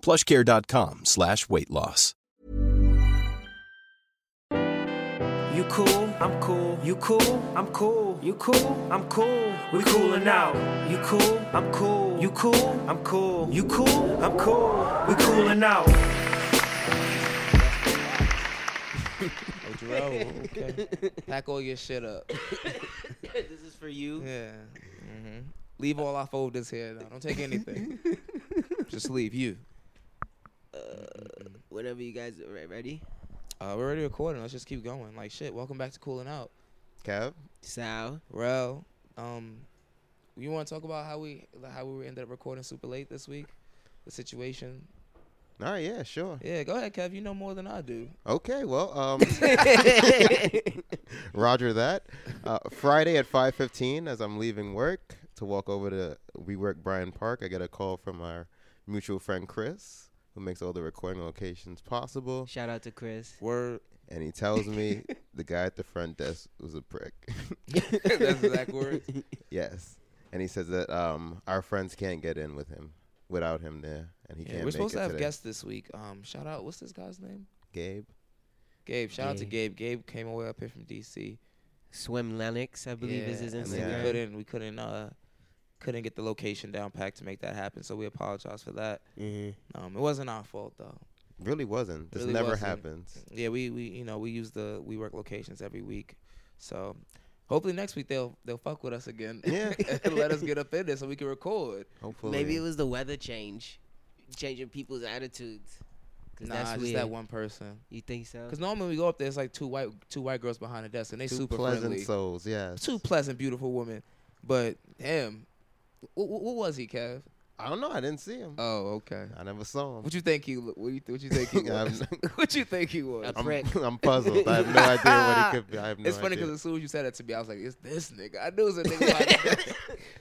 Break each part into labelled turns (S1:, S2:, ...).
S1: plushcare.com slash weight loss.
S2: You cool, I'm cool. You cool, I'm cool. You cool, I'm cool. We coolin' out. You cool, I'm cool. You cool, I'm cool. You cool, I'm cool. We coolin' out.
S3: Pack all your shit up.
S4: this is for you.
S3: Yeah. Mm-hmm. Leave all our folders here. Though. Don't take anything. Just leave you.
S4: Whatever you guys are re- ready.
S3: Uh, we're already recording. Let's just keep going. Like shit. Welcome back to Cooling Out,
S5: Kev?
S4: Sal,
S3: Rel. Um, you want to talk about how we how we ended up recording super late this week? The situation.
S5: All right, yeah, sure.
S3: Yeah, go ahead, Kev. You know more than I do.
S5: Okay, well, um, Roger that. Uh, Friday at 5:15, as I'm leaving work to walk over to WeWork Bryan Park, I get a call from our mutual friend Chris, who makes all the recording locations possible,
S4: shout out to Chris.
S3: Word.
S5: and he tells me the guy at the front desk was a prick.
S3: That's exact words.
S5: yes, and he says that um, our friends can't get in with him without him there, and he
S3: Yeah,
S5: can't.
S3: we're
S5: make
S3: supposed
S5: it
S3: to have
S5: today.
S3: guests this week. Um, shout out. What's this guy's name?
S5: Gabe.
S3: Gabe. Shout out to Gabe. Gabe came away up here from DC.
S4: Swim Lennox, I believe, is his
S3: Yeah, and
S5: then
S3: We
S4: Instagram.
S3: couldn't we couldn't uh couldn't get the location down packed to make that happen, so we apologize for that. Um, it wasn't our fault though.
S5: Really wasn't. This
S3: Really
S5: never
S3: wasn't.
S5: happens.
S3: Yeah, we, we you know we use the we work locations every week, so hopefully next week they'll they'll fuck with us again.
S5: Yeah.
S3: and let us get up in there so we can record.
S5: Hopefully,
S4: Maybe it was the weather change, changing people's attitudes. Cause
S3: Nah,
S4: that's
S3: just
S4: weird.
S3: that one person.
S4: You think so?
S3: Cause normally we go up there, it's like two white two white girls behind the desk, and they
S5: two
S3: super
S5: pleasant
S3: friendly,
S5: souls. Yes.
S3: two pleasant, beautiful women. But him, what, what was he, Kev?
S5: I don't know. I didn't see him.
S3: Oh, okay.
S5: Uh, I never saw him.
S3: What you think he? lo- What you, what you think he
S5: I'm-
S3: was? what you think he was?
S4: I'm-
S5: I'm,
S4: prick.
S5: I'm puzzled. I have no idea what it could be. I have no
S3: it's funny
S5: idea.
S3: because as soon as you said that to me, I was like, "It's this nigga." I knew it was a nigga behind the desk.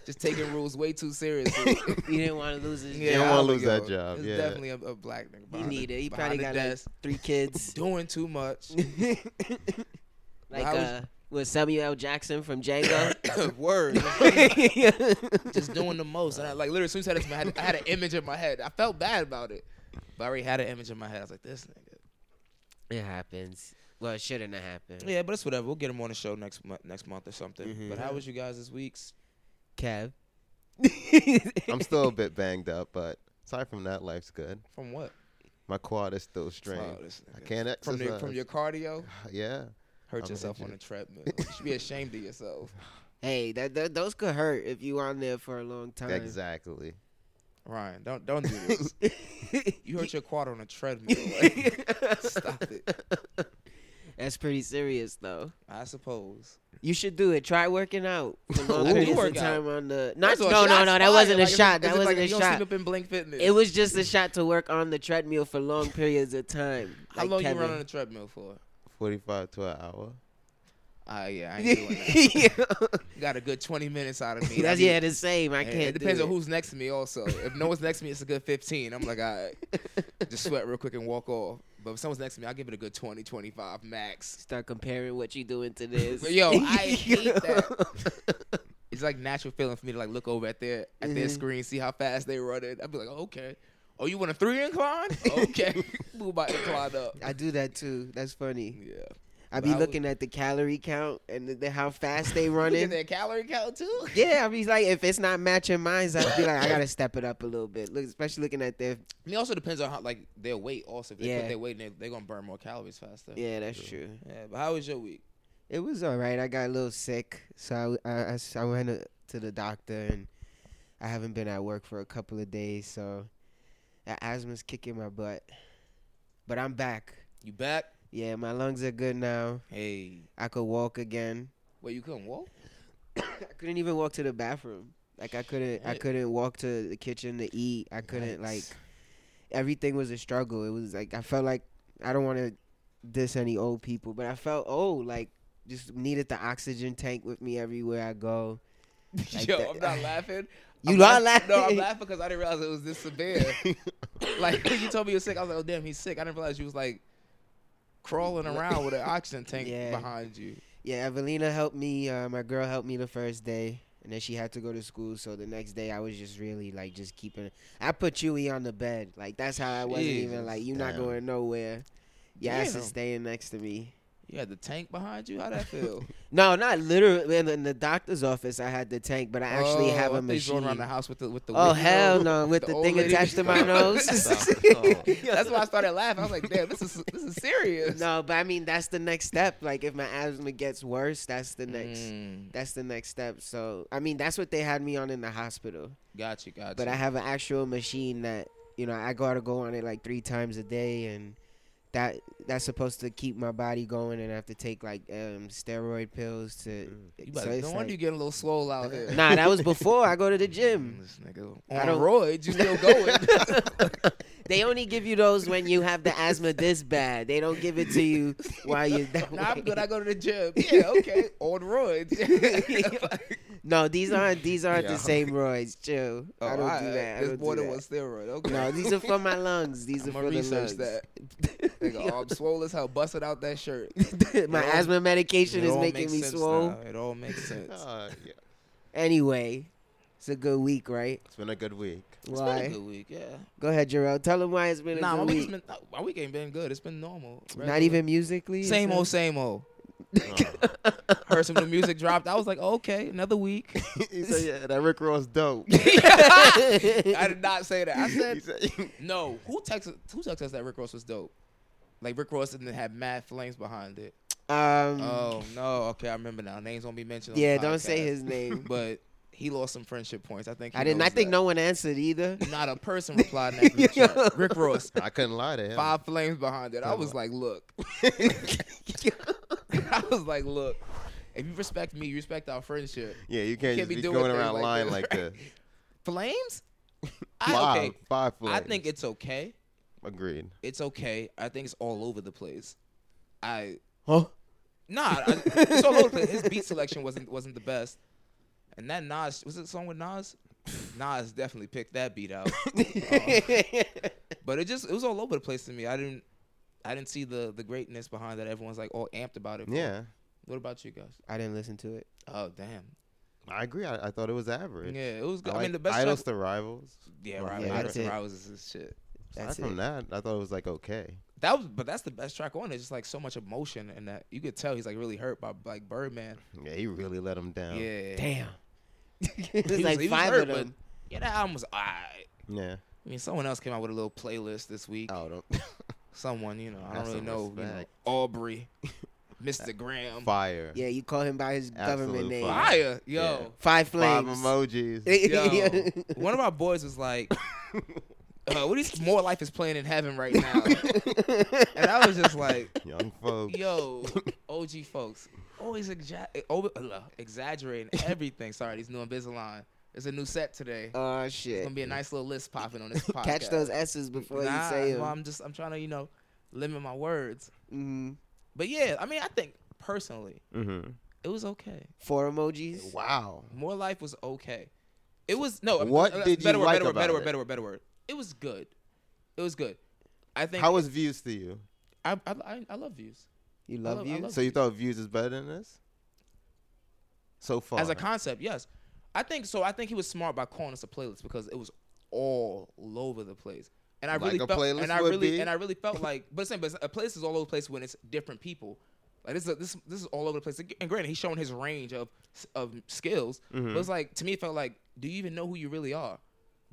S3: just taking rules way too seriously.
S4: you didn't want to lose his
S3: Yeah,
S5: don't
S3: I
S4: job.
S5: wanna
S3: was
S5: lose
S3: like,
S5: that
S3: yo,
S5: job,
S3: It's
S5: yeah.
S3: definitely a, a black nigga.
S4: He
S3: behind the-
S4: need it. He
S3: behind
S4: probably
S3: the
S4: got like
S3: desk,
S4: three kids.
S3: doing too much.
S4: like
S3: how was-
S4: uh, with Samuel L. Jackson from Django.
S3: Word, just doing the most. And I, like literally, as soon as I said that to me, I had, I had an image in my head. I felt bad about it, but I already had an image in my head. I was like, "This nigga."
S4: it happens. Well, it shouldn't have happened.
S3: Yeah, but it's whatever. We'll get him on the show next month, next month or something.
S5: Mm-hmm.
S3: But how was you guys this week's?
S4: Kev.
S5: I'm still a bit banged up, but aside from that, life's good.
S3: From what?
S5: My quad is still strained.
S3: Wow, this
S5: I
S3: nigga.
S5: can't
S3: From
S5: exercise.
S3: your, from your cardio.
S5: yeah.
S3: hurt
S5: I'm
S3: yourself on the
S5: injured.
S3: treadmill. You should be ashamed of yourself.
S4: Hey, that, that those could hurt if you on there for a long time.
S5: Exactly.
S3: Ryan, don't don't do this. you hurt your quad on a treadmill. Like, stop it.
S4: That's pretty serious though.
S3: I suppose.
S4: You should do it. Try working out. for long
S3: Ooh.
S4: periods
S3: You
S4: of
S3: work out.
S4: time on the not
S3: First of all,
S4: no no
S3: shots
S4: no that
S3: fired.
S4: wasn't a
S3: Like, is it-
S4: shot.
S3: is
S4: That
S3: it
S4: wasn't
S3: like
S4: a
S3: you don't
S4: shot.
S3: Sleep up in Blink Fitness.
S4: It was just a shot to work on the treadmill for long periods of time.
S3: How
S4: like
S3: long
S4: Kevin.
S3: you run on the treadmill for?
S5: 45 to an hour.
S3: Ah, yeah, I ain't doing that. You got a good twenty minutes out of me. I
S4: That's
S3: need-
S4: yeah, the same. I
S3: and
S4: can't.
S3: It depends
S4: do
S3: on
S4: it.
S3: who's next to me. Also, if no one's next to me, it's a good fifteen. I'm like, all right, just sweat real quick and walk off. But if someone's next to me, I'll give it a good 20, 25 max.
S4: Start comparing what you doing to this.
S3: But yo, I hate that. It's like natural feeling for me to like look over at their at
S4: Mm-hmm.
S3: their screen, see how fast they run it. I'd be like, oh, okay. Oh, you want a three incline? Okay, move my incline up.
S4: I do that too. That's funny.
S3: Yeah,
S4: I
S3: I
S4: be
S3: would-
S4: looking at the calorie count and the, the- how fast they
S3: Look at
S4: running.
S3: their calorie count too.
S4: Yeah, I be like, if it's not matching mine, I'd be like, I gotta step it up a little bit. Look, especially looking at their.
S3: I mean, it also depends on how like their weight. Also, if they
S4: Yeah.
S3: put their weight in, there, they're gonna burn more calories faster.
S4: Yeah, that's true.
S3: Yeah, but how was your week?
S4: It was all right. I got a little sick, so I I- I s- I went uh, to the doctor, and I haven't been at work for a couple of days, so that asthma's kicking my butt. But I'm back.
S3: You back?
S4: Yeah, my lungs are good now.
S3: Hey,
S4: I could walk again.
S3: wait, you couldn't walk?
S4: I couldn't even walk to the bathroom. Like I couldn't I
S3: Shit.
S4: couldn't walk to the kitchen to eat. I couldn't like
S3: Yikes.
S4: everything was a struggle. It was like I felt like I don't want to diss any old people, but I felt old. Like just needed the oxygen tank with me everywhere I go. Like
S3: Yo,
S4: that-
S3: I'm not laughing.
S4: You
S3: I'm
S4: not
S3: laugh- No, I'm
S4: laughing?
S3: laughing because I didn't realize it was this severe. like when you told me you were sick, I was like, oh damn, he's sick. I didn't realize you was like crawling around with an oxygen tank
S4: Yeah.
S3: behind you.
S4: Yeah, Evelina helped me. Uh, my girl helped me the first day, and then she had to go to school. So the next day, I was just really like just keeping. I put Chewy on the bed. Like that's how I wasn't even
S3: Jesus,
S4: like you're not
S5: damn.
S4: going nowhere. Your ass
S3: Damn.
S4: is staying next to me.
S3: You had the tank behind you. How that feel?
S4: No, not literally. In the, in the doctor's office, I had the tank, but I actually
S3: Oh,
S4: have
S3: I thought you
S4: a
S3: was
S4: machine.
S3: going around the house with the with the.
S4: oh
S3: with, you know,
S4: hell no! With
S3: the
S4: the,
S3: old
S4: thing
S3: lady.
S4: attached to my nose.
S3: That's why I started laughing. I was like, damn, this is this is serious.
S4: no, but I mean that's the next step. Like if my asthma gets worse, that's the next.
S3: Mm,
S4: That's the next step. So I mean that's what they had me on in the hospital.
S3: gotcha, gotcha.
S4: But I have an actual machine that you know I gotta go on it like three times a day, and that that's supposed to keep my body going. And I have to take like um, steroid pills to.
S3: Mm. You
S4: so
S3: better,
S4: it's
S3: no
S4: like-
S3: wonder you getting a little swole out here.
S4: Nah, that was before I go to the gym.
S3: This nigga
S4: I
S3: on
S4: don't-
S3: roids, you still going?
S4: They only give you those when you have the asthma this bad. They don't give it to you while you're that
S3: nah, I'm
S4: way.
S3: good. I go to the gym. Yeah, okay. on roids.
S4: No, these aren't these aren't
S5: Yeah.
S4: the same roids.
S3: Oh,
S4: Chill. Oh, I don't do
S3: alright.
S4: that. I
S3: There's
S4: don't
S3: more
S4: do
S3: than
S4: that.
S3: one steroid. Okay.
S4: No, these are for my lungs. These are
S3: I'ma
S4: for the
S3: research
S4: lungs.
S3: that. Nigga, oh, I'm swole as hell. Busted out that shirt.
S4: my
S3: It all-
S4: asthma medication
S3: It
S4: is
S3: all
S4: making
S3: makes
S4: me
S3: sense
S4: swole.
S3: now. It all makes sense.
S5: Uh, yeah.
S4: Anyway, it's a good week, right?
S5: It's been a good week.
S4: why?
S3: It's been a good week, yeah.
S4: Go ahead, Jarrell. Tell them why it's been
S3: Nah,
S4: a
S3: my
S4: good
S3: week's
S4: week.
S3: been nah, my week ain't been good. It's been normal.
S4: Not
S3: Regular.
S4: even musically. it's
S3: same
S4: not-
S3: old, same old.
S5: Uh,
S3: Heard some new music dropped. I was like, okay, another week.
S5: he said, yeah, that Rick Ross dope.
S3: I did not say that. I
S5: He
S3: said
S5: said-
S3: no. Who texted? Who texted us that Rick Ross was dope? Like Rick Ross didn't have mad flames behind it.
S4: Um.
S3: Oh no. Okay, I remember now. Names won't be mentioned. on
S4: yeah,
S3: the
S4: don't say
S3: podcast.
S4: his name.
S3: But he lost some friendship points. I think. he
S4: I didn't. I
S3: knows
S4: think
S3: that.
S4: no one answered either.
S3: Not a person replied in that group chat. Rick Ross.
S5: I couldn't lie to him.
S3: Five flames behind it. I was like, look. I was like, look. If you respect me, you respect our friendship.
S5: Yeah, you can't,
S3: can't
S5: just
S3: be
S5: be,
S3: doing
S5: going
S3: things
S5: around
S3: like
S5: lying
S3: this,
S5: like
S3: right?
S5: this.
S3: Flames?
S5: Five,
S3: I, okay.
S5: five
S3: I
S5: flames.
S3: think it's okay.
S5: agreed.
S3: It's okay. I think it's all over the place. I
S4: Huh?
S3: nah. I, it's all over the place. His beat selection wasn't wasn't the best. And that Nas was it a song with Nas? Nas definitely picked that beat out. Oh. But it just it was all over the place to me. I didn't I didn't see the the greatness behind that. Everyone's like all amped about it.
S5: Yeah,
S3: What about you guys?
S4: I didn't listen to it.
S3: Oh damn.
S5: I agree. I, I thought it was average.
S3: Yeah, it was good.
S5: I,
S3: I, mean
S5: like
S3: the best
S5: Idols
S3: track-
S5: to Rivals.
S3: Yeah,
S5: Well,
S3: right.
S4: yeah,
S3: Yeah,
S4: that's it.
S3: Rivals is his shit.
S4: That's
S5: Aside from
S4: it.
S5: that, I thought it was like okay.
S3: That was but that's the best track on it. Just like so much emotion and that you could tell he's like really hurt by like Birdman.
S5: Yeah, he really let him down.
S3: Yeah.
S4: Damn. There's
S3: He was-
S4: like
S3: he was
S4: five
S3: hurt,
S4: of
S3: but
S4: them.
S3: Yeah, that album was alright.
S5: Yeah.
S3: I mean, someone else came out with a little playlist this week.
S5: Oh, don't.
S3: Someone, you know, I
S5: Have
S3: don't really
S5: some
S3: know, you know.
S5: respect.
S3: Aubrey, Mr. Graham,
S5: Fire.
S4: Yeah, you call him by his government
S5: Absolute
S4: name.
S5: fire.
S3: Fire, yo.
S5: Yeah.
S4: Five
S5: Five
S4: flames.
S5: emojis.
S3: Yo, one of our boys was like, uh, "What is more life is playing in heaven right now?" and I was just like,
S5: Young folks.
S3: "Yo, OG folks, always exa- over- uh, exaggerating everything." Sorry, these new Invisalign. It's a new set today. It's
S4: oh
S3: gonna
S4: shit.
S3: be a nice little list popping on this podcast.
S4: Catch those S's before
S3: Nah,
S4: you say
S3: well,
S4: them.
S3: I'm just I'm trying to you know limit my words.
S4: Mhm.
S3: But yeah, I mean, I think personally,
S5: Mm-hmm.
S3: it was okay.
S4: Four emojis.
S5: Wow.
S3: More Life was okay. It was no.
S5: What
S3: uh,
S5: did you
S3: better word,
S5: like
S3: better word,
S5: about
S3: better
S5: it?
S3: word, better word, better word. It was good. It was good. I think
S5: How was views to you?
S3: I, I I I love views
S4: You
S3: I
S4: love,
S3: love- I
S4: you.
S3: love-
S5: So you thought views is better than this? So far.
S3: as a concept. Yes, I think so. I think he was smart by calling us a playlist because it was all over the place. And I
S5: Like
S3: really
S5: a
S3: felt,
S5: playlist
S3: and I
S5: would
S3: really
S5: be.
S3: and I really felt like, but same, but a playlist is all over the place when it's different people. Like this, is this, this is all over the place. And granted, he's showing his range of of skills.
S5: Mm-hmm.
S3: But it's like to me, it felt like, do you even know who you really are?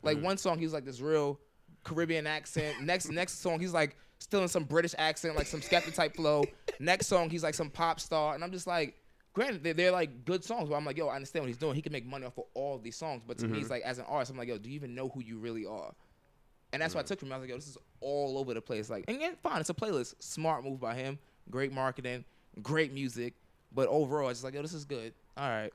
S3: Like
S5: Mm-hmm.
S3: one song, he was like this real Caribbean accent. next next song, he's like still in some British accent, like some skeptic type flow. next song, he's like some pop star, and I'm just like, granted, they're, they're like good songs, but I'm like, yo, I understand what he's doing. He can make money off of all these songs, but to
S5: Mm-hmm.
S3: me, it's like as an artist, I'm like, yo, do you even know who you really are? And that's what I took from him. I was like, yo, this is all over the place. Like, and yeah, fine, it's a playlist. Smart move by him. Great marketing, great music. But overall, it's just like, yo, this is good. All right.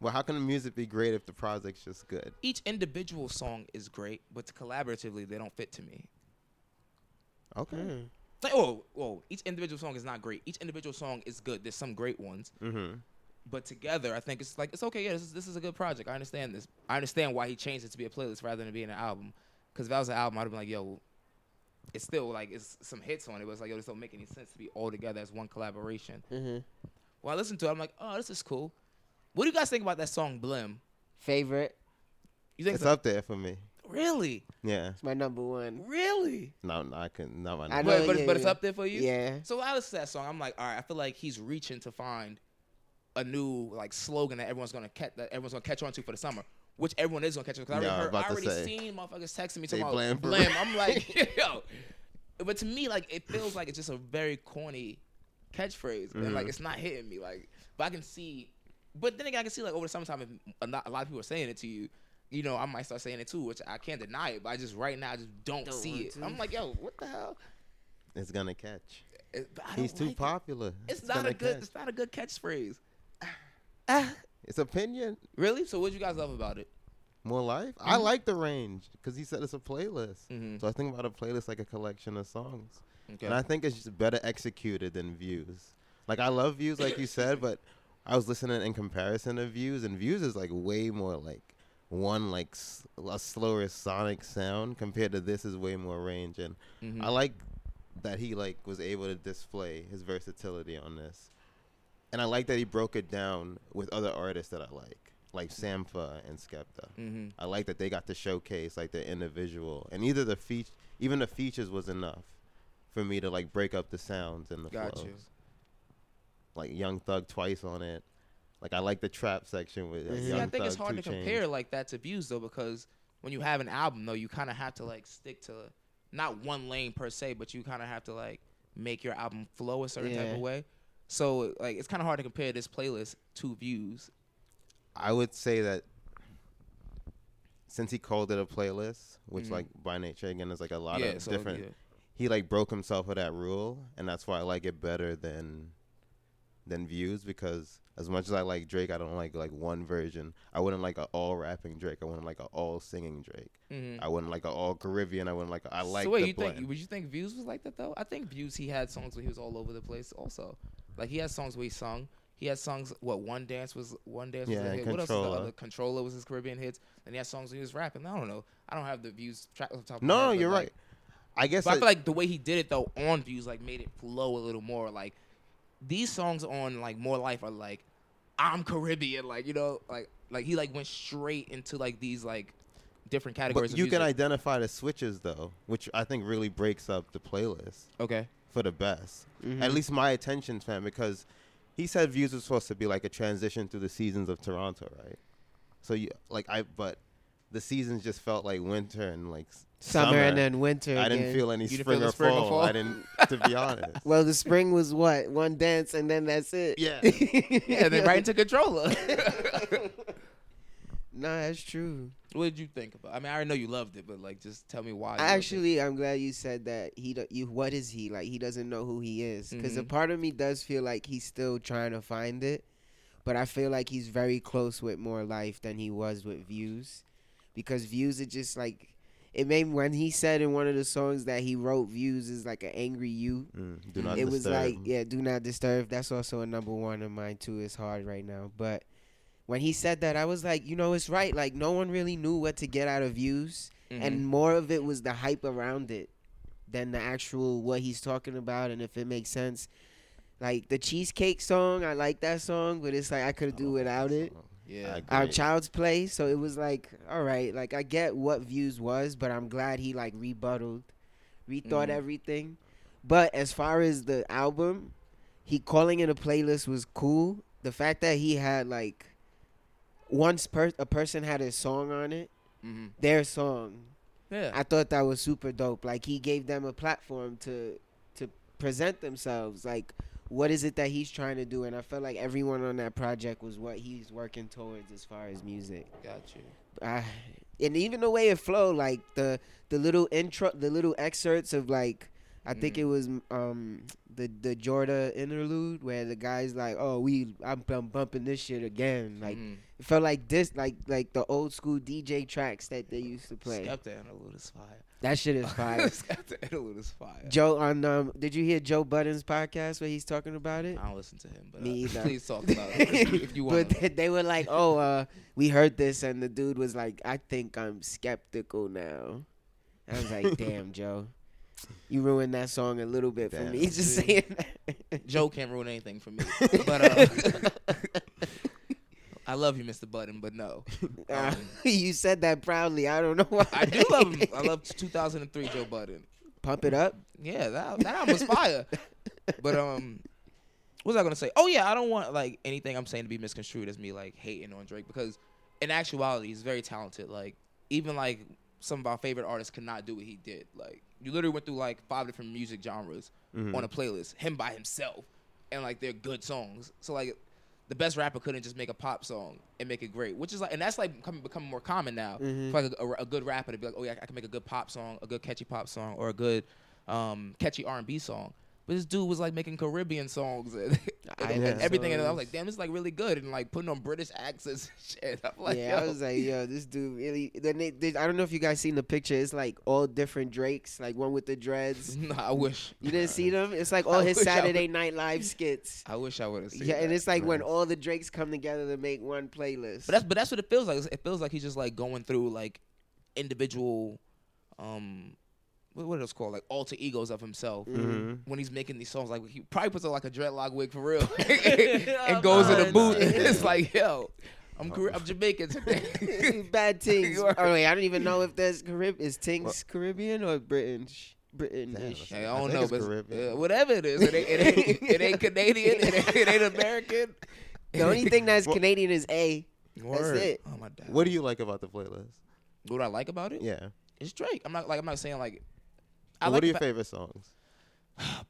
S5: Well, how can the music be great if the project's just good?
S3: Each individual song is great, but collaboratively, they don't fit to me.
S5: Okay.
S3: Hmm. Like, oh, whoa, each individual song is not great. Each individual song is good. There's some great ones.
S5: Mm-hmm.
S3: But together, I think it's like, it's okay. Yeah, this is, this is a good project. I understand this. I understand why he changed it to be a playlist rather than being an album. Because if that was an album, I'd have been like, yo, it's still like, it's some hits on it, but it's like, yo, this don't make any sense to be all together as one collaboration.
S4: Mm-hmm.
S3: Well, I listened to it. I'm like, oh, this is cool. What do you guys think about that song, Blim?
S4: Favorite.
S3: You think
S5: It's
S3: it's a-
S5: up there for me.
S3: really?
S5: Yeah.
S4: It's my number one.
S3: Really?
S5: No, no, I couldn't. Not my
S4: I
S5: number.
S4: know,
S3: but but,
S4: yeah,
S3: but it's
S4: yeah.
S3: up there for you.
S4: Yeah.
S3: So when I listen to that song, I'm like, all right, I feel like he's reaching to find a new like slogan that everyone's gonna catch that everyone's gonna catch on to for the summer, which everyone is gonna catch on. Because
S5: Yeah, I
S3: I,
S5: was
S3: heard,
S5: about
S3: I
S5: to
S3: already
S5: say.
S3: seen motherfuckers texting me
S5: They
S3: tomorrow.
S5: blame for-
S3: Blam. I'm like, yo. But to me, like it feels like it's just a very corny catchphrase, and
S5: Mm-hmm.
S3: like it's not hitting me. Like, but I can see. But then again, I can see like over the summertime, if a lot, a lot of people are saying it to you. You know, I might start saying it too, which I can't deny it. But I just right now, I just don't,
S4: Don't
S3: see
S4: want
S3: it.
S4: to.
S3: I'm like, yo, what the hell?
S5: It's gonna catch.
S3: It- but I
S5: He's
S3: don't
S5: too
S3: like it.
S5: popular.
S3: It's, not
S5: gonna
S3: a good.
S5: catch.
S3: It's not a good catchphrase.
S5: It's opinion.
S3: Really? So what you guys love about it?
S5: More life. I like the range because he said it's a playlist.
S3: Mhm.
S5: So I think about a playlist like a collection of songs,
S3: Okay.
S5: and I think it's just better executed than views. Like I love views, like you said, but I was listening in comparison to views, and views is like way more like one like s- a slower sonic sound compared to this is way more range, and I like that he like was able to display his versatility on this and I like that he broke it down with other artists that I like, like Sampha and Skepta.
S3: Mm-hmm.
S5: I like that they got to showcase like their individual, and either the feat, even the features was enough for me to like break up the sounds and the
S3: Got
S5: flows.
S3: you.
S5: Like Young Thug twice on it. Like I like the trap section with like,
S3: Mm-hmm. See,
S5: Young
S3: I think it's
S5: Thug,
S3: hard to
S5: 2 Chainz.
S3: compare like that to views though, because when you have an album though, you kind of have to like stick to not one lane per se, but you kind of have to like make your album flow a certain type
S4: Yeah.
S3: of way. So like it's kind of hard to compare this playlist to views.
S5: I would say that since he called it a playlist, which like by nature again is like a lot
S3: Mm-hmm. Yeah,
S5: of
S3: so,
S5: different.
S3: yeah.
S5: He like broke himself of that rule, and that's why I like it better than than views because as much as I like Drake, I don't like like one version. I wouldn't like a all rapping Drake. I wouldn't like a all singing Drake.
S3: Mm-hmm.
S5: I wouldn't like a all Caribbean. I wouldn't like. A, I like
S3: Mm. so wait,
S5: the
S3: you
S5: blend.
S3: think would you think Views was like that though? I think Views he had songs where he was all over the place also. Like he had songs where he sung. He had songs what one dance was one dance
S5: Yeah,
S3: was a
S5: and
S3: hit. What else was the
S5: Controller.
S3: other controller was his Caribbean hits and he had songs where he was rapping. I don't know. I don't have the views track off the top of my
S5: no,
S3: head, but,
S5: you're
S3: like,
S5: right. I guess
S3: But I
S5: that-
S3: feel like the way he did it though on views like made it flow a little more. Like these songs on like More Life are like I'm Caribbean, like you know, like like he like went straight into like these like different categories.
S5: but
S3: of
S5: you can
S3: music.
S5: identify the switches though, which I think really breaks up the playlist.
S3: okay.
S5: for the best.
S3: Mm-hmm.
S5: At least my attention span, because he said views was supposed to be like a transition through the seasons of Toronto, right? So you like I, but the seasons just felt like winter and like s-
S4: Summer, and then winter.
S5: I didn't
S4: again.
S5: feel any
S3: You didn't
S5: spring,
S3: feel the
S5: or
S3: spring or
S5: fall.
S3: fall?
S5: I didn't, to be honest.
S4: Well, the spring was what one dance, and then that's it.
S5: Yeah.
S3: Yeah, and then right into controller.
S4: No, that's true.
S3: What did you think about? I mean, I already know you loved it, but like, just tell me why. you loved
S4: I
S3: it.
S4: actually, I'm glad you said that. He, do- you, what is he like? He doesn't know who he is. Because a part of me does feel like he's still trying to find it, but I feel like he's very close with more life than he was with views, because views are just like. It made when he said in one of the songs that he wrote views is like an angry you.
S5: Mm, do not
S4: it was
S5: disturb.
S4: like yeah, do not disturb. That's also a number one of mine too. It's hard right now, but when he said that, I was like, you know, it's right. Like no one really knew what to get out of views,
S3: Mm-hmm.
S4: and more of it was the hype around it than the actual what he's talking about and if it makes sense. Like the cheesecake song, I like that song, but it's like I could do without it.
S3: yeah,
S5: I
S4: Our
S5: agree.
S4: child's play, so it was like, all right, like I get what views was, but I'm glad he like rebutted, rethought everything. But as far as the album, he calling in a playlist was cool. The fact that he had like once per- a person had a song on it,
S3: Mhm.
S4: their song.
S3: Yeah.
S4: I thought that was super dope. Like he gave them a platform to to present themselves. Like what is it that he's trying to do? And I felt like everyone on that project was what he's working towards as far as music.
S3: got you.
S4: I, and even the way it flowed, like the the little intro, the little excerpts of like, I think it was um the the Jorda interlude where the guy's like, oh we I'm, I'm bumping this shit again, like
S3: Mhm.
S4: it felt like this like like the old school DJ tracks that they used to play.
S3: Skepta interlude is fire.
S4: That shit is fire.
S3: Skepta interlude is fire.
S4: Joe on um, did you hear Joe Budden's podcast where he's talking about it?
S3: I don't listen to him, but
S4: Me
S3: uh,
S4: either.
S3: please talk about it if you want.
S4: But they, they were like, "Oh, uh, we heard this," and the dude was like, "I think I'm skeptical now." I was like, "Damn, Joe, you ruined that song a little bit for
S5: Damn.
S4: me." Just saying that.
S3: Joe can't ruin anything for me. But uh, I love you, Mr. Button, but no. Um,
S4: Uh, you said that proudly. I don't know why.
S3: I do um, love him. I love 2003 Joe Budden.
S4: Pump it up.
S3: Yeah, that that album was fire. But um, what was I gonna say? Oh yeah, I don't want like anything I'm saying to be misconstrued as me like hating on Drake because in actuality he's very talented. Like even like some of our favorite artists could not do what he did. Like you literally went through like five different music genres on a playlist, him by himself, and like they're good songs. So like the best rapper couldn't just make a pop song and make it great, which is like, and that's like becoming, becoming more common now.
S4: Mm-hmm.
S3: For like a, a good rapper to be like, oh yeah, I can make a good pop song, a good catchy pop song, or a good um, catchy R and B song. But this dude was like making Caribbean songs and, and- and
S4: Island
S3: everything, and I was
S4: songs.
S3: like, damn, this is like really good, and like putting on British accents and shit. I'm like,
S4: yeah, I
S3: yo.
S4: was like, yo, this dude really. Then they, they, I don't know if you guys seen the picture. It's like all different Drakes, like one with the dreads.
S3: nah, I wish.
S4: You didn't see them? It's like all
S3: Uh, I
S4: his
S3: wish I would-
S4: Saturday Night Live skits.
S3: I wish I would have seen.
S4: Yeah,
S3: that.
S4: and it's like when all the Drakes come together to make one playlist.
S3: But that's but that's what it feels like. It feels like he's just like going through like individual, um, what what it's called like alter egos of himself
S4: Mm-hmm.
S5: Mm-hmm.
S3: when he's making these songs. Like he probably puts on like a dreadlock wig for real and goes in the
S5: man.
S3: booth. and It's like yo, I'm Car- I'm Jamaican today.
S4: Bad things.
S3: You are-
S4: Oh wait, I don't even know if that's Carib. Is Tings Caribbean or British? British.
S3: Hey, I
S5: I
S3: don't
S5: think
S3: know,
S5: it's
S3: but
S5: Caribbean.
S3: uh, whatever it is, it ain't, it ain't, it ain't Canadian, it ain't, it ain't American.
S4: The only thing that's Canadian is A. Word. it.
S3: Oh my god.
S5: What do you like about the playlist?
S3: What I like about it?
S5: Yeah.
S3: it's Drake. I'm not like I'm not saying like. I
S5: What
S3: like
S5: are
S3: the
S5: your
S3: fa-
S5: favorite songs?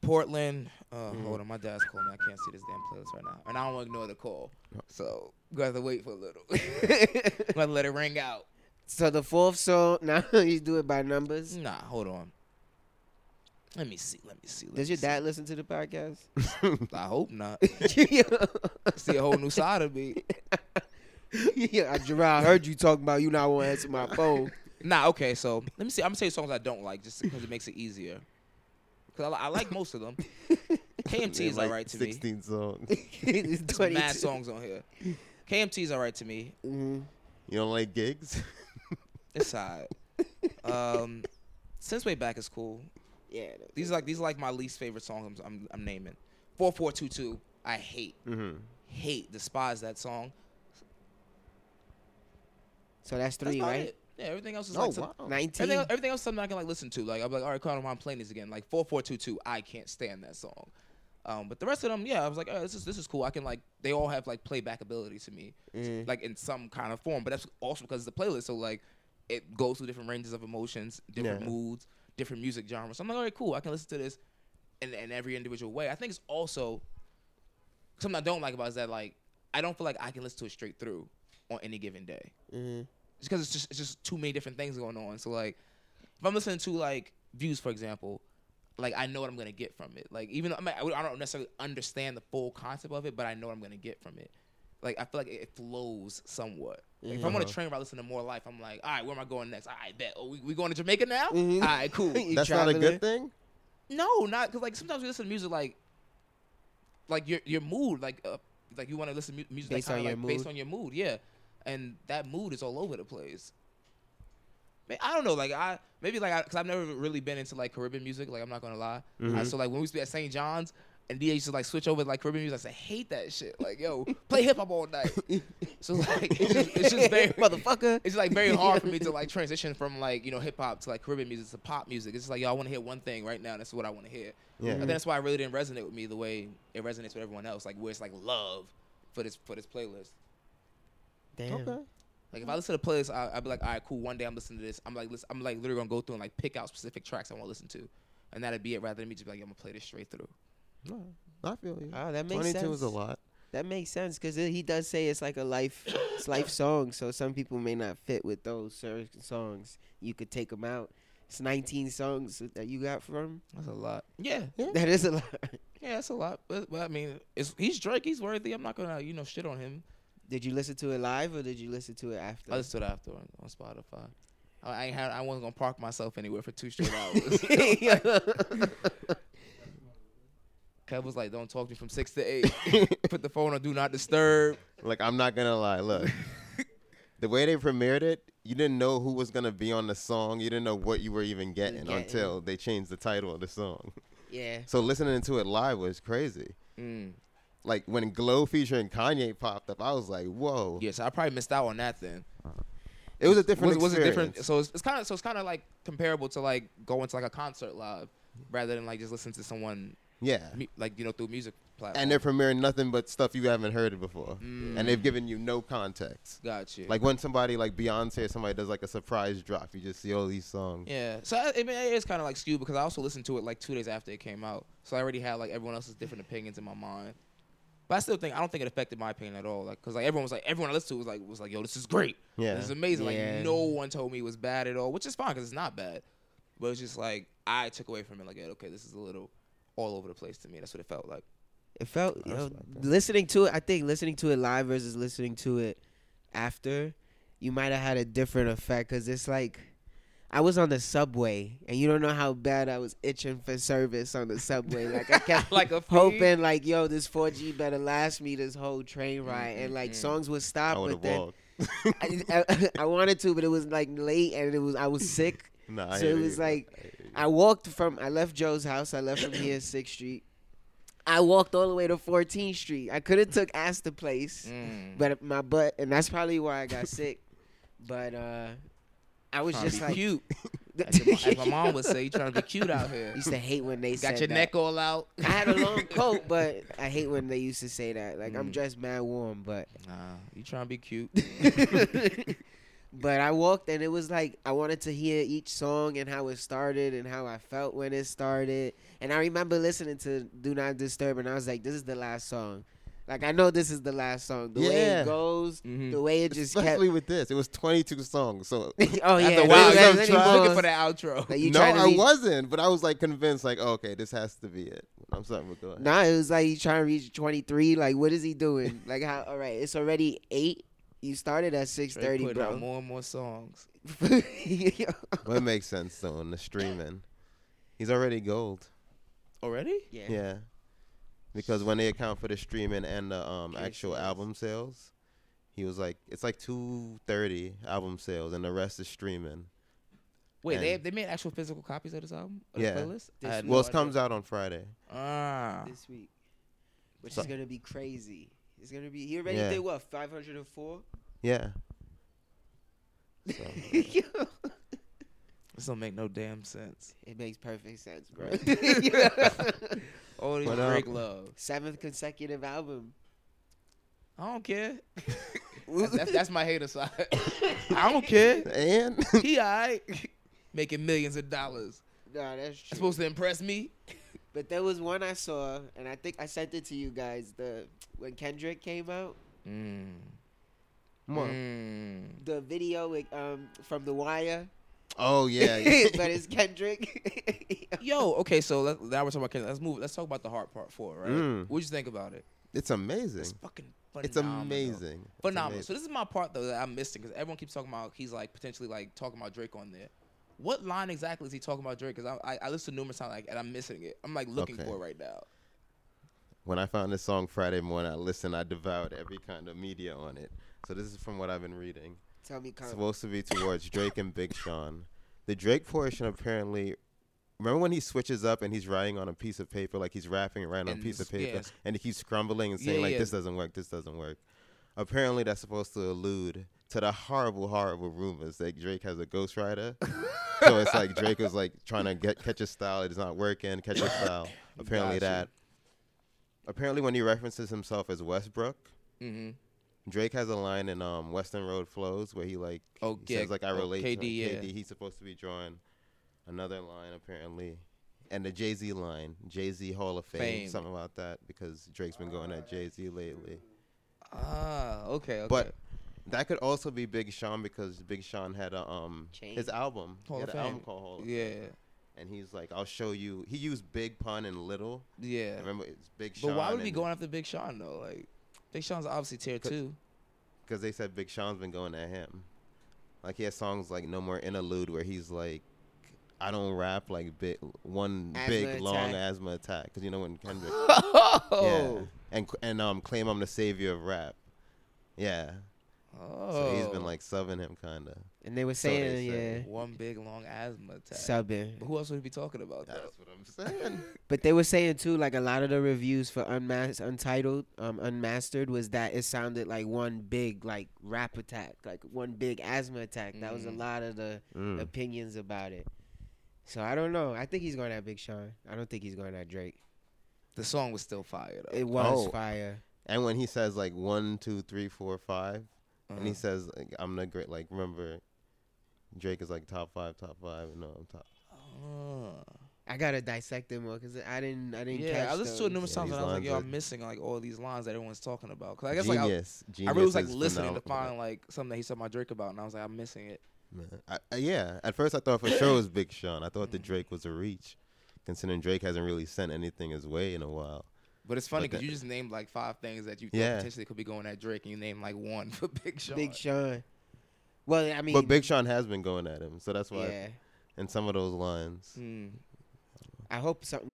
S3: Portland. Uh, Hold on, my dad's calling. me. I can't see this damn playlist right now, and I don't want to ignore the call. So you gonna have to wait for a little. I'm gonna let it ring out.
S4: So the fourth song. Now you do it by numbers.
S3: Nah, hold on. Let me see. Let me see. Let
S4: Does
S3: me
S4: your dad listen to the podcast?
S3: See. I hope not.
S4: yeah,
S3: see a whole new side of me.
S4: Gerard, I heard you talking about you not want to answer my phone.
S3: Nah, okay. So let me see. I'm gonna say songs I don't like just because it makes it easier. Cause I, li- I like most of them. KMT is
S5: Like
S3: alright to me.
S5: 16 songs.
S4: It's
S3: There's mad
S4: 22.
S3: songs on here. KMT is alright to me.
S4: Mhm.
S5: You don't like gigs?
S3: It's alright. Um, since way back is cool.
S4: Yeah.
S3: These are like these are like my least favorite songs I'm I'm, I'm naming. Four four two two. I hate,
S5: Mm-hmm.
S3: hate, despise that song.
S4: So that's
S3: That's
S4: three,
S3: about
S4: right?
S3: it. Yeah, everything else is
S5: Oh,
S3: like some,
S5: wow.
S4: Nineteen.
S3: everything, else- everything else is something I can like listen to. Like I'm like, all right, Carl, I'm playing these again. Like four four two two. I can't stand that song. Um, but the rest of them, yeah, I was like, oh, this is this is cool. I can like they all have like playback ability to me, like in some kind of form. But that's also because it's a playlist, so like it goes through different ranges of emotions, different
S5: Yeah.
S3: moods, different music genres. So I'm like, all right, cool. I can listen to this in, in every individual way. I think it's also something I don't like about it is that like I don't feel like I can listen to it straight through on any given day. It's because it's just it's just too many different things going on. So like if I'm listening to like views, for example, like I know what I'm gonna get from it. Like even though I'm, I mean, I don't necessarily understand the full concept of it, but I know what I'm gonna get from it. Like I feel like it it flows somewhat. Like, If I'm on a train ride listening to more life, I'm like, all right, where am I going next? I bet. Oh, we, we going to Jamaica now? All right, cool.
S4: You
S5: That's not a
S4: traveling?
S5: good thing?
S3: No, not because like sometimes we listen to music like, like your your mood like uh, like you want to listen to mu- music
S4: Based
S3: that
S4: on
S3: kinda,
S4: your
S3: like, based
S4: mood.
S3: on your mood, yeah, and that mood is all over the place. Man, I don't know, like I Mm-hmm. maybe like because I've never really been into like Caribbean music, like I'm not gonna lie. Uh, so like when we used to be at St. John's, And DA used to like switch over to, like Caribbean music. I said, hate that shit. Like, yo, play hip hop all night. So like, it's just, it's just very
S4: Motherfucker.
S3: It's like very hard for me to like transition from like you know hip hop to like Caribbean music to pop music. It's just like yo, I want to hear one thing right now. And that's what I want to hear.
S5: Yeah.
S3: I think that's why it really didn't resonate with me the way it resonates with everyone else. Like where it's like love for this for this playlist.
S4: Damn.
S3: Like if I listen to the playlist, I, I'd be like, all right, cool. One day I'm listening to this. I'm like, listen, I'm like literally gonna go through and like pick out specific tracks I want to listen to, and that'd be it. Rather than me just be like, I'm gonna play this straight through.
S5: No, I feel you.
S4: Oh, that makes
S5: 22 is a
S4: sense.
S5: lot.
S4: That makes sense because he does say it's like a life, it's life song. So some people may not fit with those certain songs. You could take them out. It's 19 songs that you got from.
S3: That's a lot. Yeah,
S4: That is a lot.
S3: yeah, that's a lot. But, but I mean, it's, he's Drake. He's worthy. I'm not gonna you know shit on him.
S4: Did you listen to it live or did you listen to it after?
S3: I listened to it after on, on Spotify. I ain't had. I wasn't gonna park myself anywhere for two straight hours. Kev was like, "Don't talk to me from six to eight. Put the phone on do not disturb."
S5: Like I'm not gonna lie. Look, the way they premiered it, you didn't know who was gonna be on the song. You didn't know what you were even getting
S4: Getting.
S5: until they changed the title of the song.
S4: yeah.
S5: So listening to it live was crazy. Like when Glow featuring Kanye popped up, I was like, "Whoa!"
S3: Yeah, so I probably missed out on that then.
S5: It was a different.
S3: was, was it different?
S5: experience.
S3: So it's, it's kind of so it's kind of like comparable to like going to like a concert live rather than like just listening to someone
S5: Yeah.
S3: mu- like you know through music platform.
S5: And they're premiering nothing but stuff you haven't heard before, and they've given you no context.
S3: got you.
S5: Like when somebody like Beyonce or somebody does like a surprise drop, you just see all these songs.
S3: yeah, so I, I mean it is kind of like skewed because I also listened to it like two days after it came out, so I already had like everyone else's different
S4: Mm-hmm.
S3: opinions in my mind. But I still think I don't think it affected my opinion at all. Like because like everyone was like everyone I listened to was like was like yo this is great.
S5: Yeah.
S3: this is amazing.
S4: Yeah.
S3: Like no one told me it was bad at all, which is fine because it's not bad. But it's just like I took away from it like yeah, okay this is a little all over the place to me. That's what it felt like.
S4: It felt you know, listening to it. I think listening to it live versus listening to it after, you might have had a different effect because it's like I was on the subway and you don't know how bad I was itching for service on the subway. Like I kept
S3: Like a feed?
S4: hoping, like yo, this 4G better last me this whole train ride, and like songs would stop,
S5: I would
S4: but
S5: have
S4: then
S5: walked.
S4: I, I, I wanted to, but it was like late and it was I was sick.
S5: Nah, I
S4: so it
S5: hear
S4: was
S5: you.
S4: like I walked from I left Joe's house. I left from here Sixth Street. I walked all the way to 14th Street. I could have took Astor Place,
S3: Mm.
S4: but my butt, and that's probably why I got sick. But uh, I was
S3: Trying to
S4: just
S3: be
S4: like,
S3: cute. As my- as my mom would say, you trying to be cute out here.
S4: used to hate when they
S3: Got
S4: said
S3: your
S4: that.
S3: neck all out.
S4: I had a long coat, but I hate when they used to say that. Like
S3: Mm.
S4: I'm dressed mad warm, but
S3: Nah, you trying to be cute.
S4: But I walked and it was like I wanted to hear each song and how it started and how I felt when it started. And I remember listening to Do Not Disturb and I was like, this is the last song. Like I know this is the last song. The way
S5: Yeah.
S4: it goes,
S3: Mm-hmm.
S4: the way it just
S5: Especially
S4: kept.
S5: with this, it was 22 songs. So
S4: oh
S3: After
S4: yeah,
S3: a while,
S4: that- that-
S5: you
S4: that
S5: some
S4: was-
S5: trials.
S3: looking for the outro.
S4: that you
S5: no,
S4: trying to
S5: I
S4: reach-
S5: wasn't, but I was like convinced, like, oh, okay, this has to be it. I'm sorry, but go ahead.
S4: Nah, it was like you trying to reach 23. Like what is he doing? Like how? All right, it's already eight. You started at
S3: Drake
S4: 6:30,
S3: putting out
S4: bro.
S3: more and more songs.
S5: But it makes sense though in the streaming. He's already gold.
S3: Already?
S4: yeah.
S5: Yeah. Because when they account for the streaming and the um actual album sales, he was like it's like 230 album sales and the rest is streaming.
S3: Wait, they,
S5: And-
S3: they made actual physical copies of this album? Of
S5: Yeah.
S3: The playlist? I had
S5: well,
S3: no
S5: it comes out on Friday.
S3: idea. Ah.
S4: this week, which
S5: So-
S4: is gonna be crazy. It's gonna be. He already
S5: Yeah.
S4: did what 504.
S5: Yeah.
S3: This don't make no damn sense.
S4: It makes perfect sense, bro.
S3: All this
S5: But, uh,
S3: Drake love.
S4: Seventh consecutive album.
S3: I don't care. that's, that's- that's my hater side. I don't care.
S5: And
S3: He alright. Making millions of dollars.
S4: No, that's true.
S3: That's supposed to impress me?
S4: but there was one I saw, and I think I sent it to you guys. The when Kendrick came out,
S3: Mm.
S5: Mwah.
S3: Mm.
S4: the video with, um from The Wire,
S5: Oh yeah. yeah.
S4: but it's Kendrick.
S3: Yo, okay, so let, now we're talking about Kendrick. Let's move. Let's talk about the heart part four, right?
S5: Mm.
S3: What'd you think about it?
S5: it's amazing.
S3: It's fucking phenomenal.
S5: It's amazing. It's
S3: Phenomenal.
S5: amazing.
S3: So this is my part though that I'm missing because everyone keeps talking about he's like potentially like talking about Drake on there. What line exactly is he talking about Drake? Because I, I I listened to numerous times like and I'm missing it. I'm like looking
S5: Okay.
S3: for it right now.
S5: when I found this song Friday morning, I listened, I devoured every kind of media on it. So this is from what I've been reading.
S4: Tell me,
S5: It's
S4: Con-
S5: supposed to be towards Drake and Big Sean. The Drake portion apparently Remember when he switches up and he's writing on a piece of paper, like he's rapping and writing on a
S3: And
S5: piece of
S3: it's- yeah,
S5: paper,
S3: it's-
S5: and he keeps scrambling and saying
S3: Yeah,
S5: like,
S3: yeah.
S5: "This doesn't work. This doesn't work." Apparently, that's supposed to allude to the horrible, horrible rumors that Drake has a ghostwriter. so it's like Drake was like trying to get catch a style. It's not working. Catch a style. Apparently
S3: Gotcha.
S5: that. Apparently, when he references himself as Westbrook,
S3: Mm-hmm.
S5: Drake has a line in um Western Road Flows where he like
S3: Oh,
S5: he
S3: yeah,
S5: says like I
S3: oh,
S5: relate to
S3: KD, yeah.
S5: KD. He's supposed to be drawing another line apparently, and the Jay Z line, Jay Z Hall of Fame,
S3: Fame.
S5: something about that because Drake's been going at Jay Z lately.
S3: Ah, okay, okay.
S5: But that could also be Big Sean because Big Sean had a um
S4: Chain.
S5: his album,
S3: Hall
S5: he had
S3: of
S5: an album
S3: Fame.
S5: called Hall of
S3: yeah,
S5: Fame, and he's like I'll show you. He used big pun and little.
S3: yeah.
S5: Remember it's Big Sean.
S3: But why would we
S5: and-
S3: be going after Big Sean though? Like, Big Sean's obviously tier two.
S5: because they said Big Sean's been going at him. Like he has songs like No More Interlude where he's like, I don't rap like big one
S4: Asthma
S5: big long
S4: attack.
S5: asthma attack because you know when Kendrick, yeah,
S3: Oh,
S5: and and um claim I'm the savior of rap, yeah.
S3: oh.
S5: So he's been like subbing him kinda.
S4: And they were
S5: So they
S4: saying,
S5: say.
S4: yeah,
S3: Oh. one big long asthma attack.
S4: subbing.
S3: But who else would he be talking about though?
S5: That's what I'm saying.
S4: But they were saying too, like a lot of the reviews for Unmas- Untitled, um, Unmastered was that it sounded like one big like rap attack, like one big asthma attack. That was a
S3: Mm.
S4: lot of the
S5: Mm.
S4: opinions about it. So I don't know. I think he's going at Big Sean. I don't think he's going at Drake.
S3: The song was still fire though.
S4: It was
S5: Oh.
S4: fire.
S5: And when he says like one, two, three, four, five, and he
S3: Uh-huh.
S5: says like, I'm the great, like remember, Drake is like top five, top five, and no, I'm top.
S3: Ah.
S4: I gotta dissect it more because I didn't. I didn't.
S3: Yeah,
S4: catch
S3: I listened to
S4: those.
S3: it numerous
S5: Yeah,
S3: times
S5: these
S3: and I was like,
S5: lines
S3: yo,
S5: are-
S3: I'm missing like all these lines that everyone's talking about. Cause I guess like I,
S5: Genius, genius.
S3: I really was like
S5: is
S3: listening to
S5: phenomenal.
S3: find like something that he said my Drake about, and I was like, I'm missing it.
S5: Man, I, I- yeah, at first I thought for sure it was Big Sean. I thought
S3: Mm.
S5: the Drake was a reach, considering Drake hasn't really sent anything his way in a while.
S3: But it's funny because
S5: But that-
S3: you just named like five things that you thought
S5: Yeah.
S3: potentially could be going at Drake, and you named like one for Big Sean.
S4: Big Sean. Well, I mean,
S5: But Big Sean has been going at him, so that's why.
S4: yeah.
S5: And some of those lines.
S3: Mm.
S4: I hope something.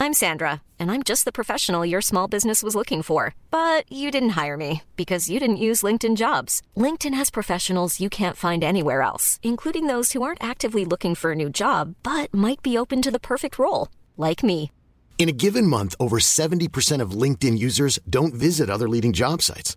S6: I'm Sandra, and I'm just the professional your small business was looking for. But you didn't hire me because you didn't use LinkedIn jobs. LinkedIn has professionals you can't find anywhere else, including those who aren't actively looking for a new job but might be open to the perfect role, like me.
S7: In a given month, over 70% of LinkedIn users don't visit other leading job sites.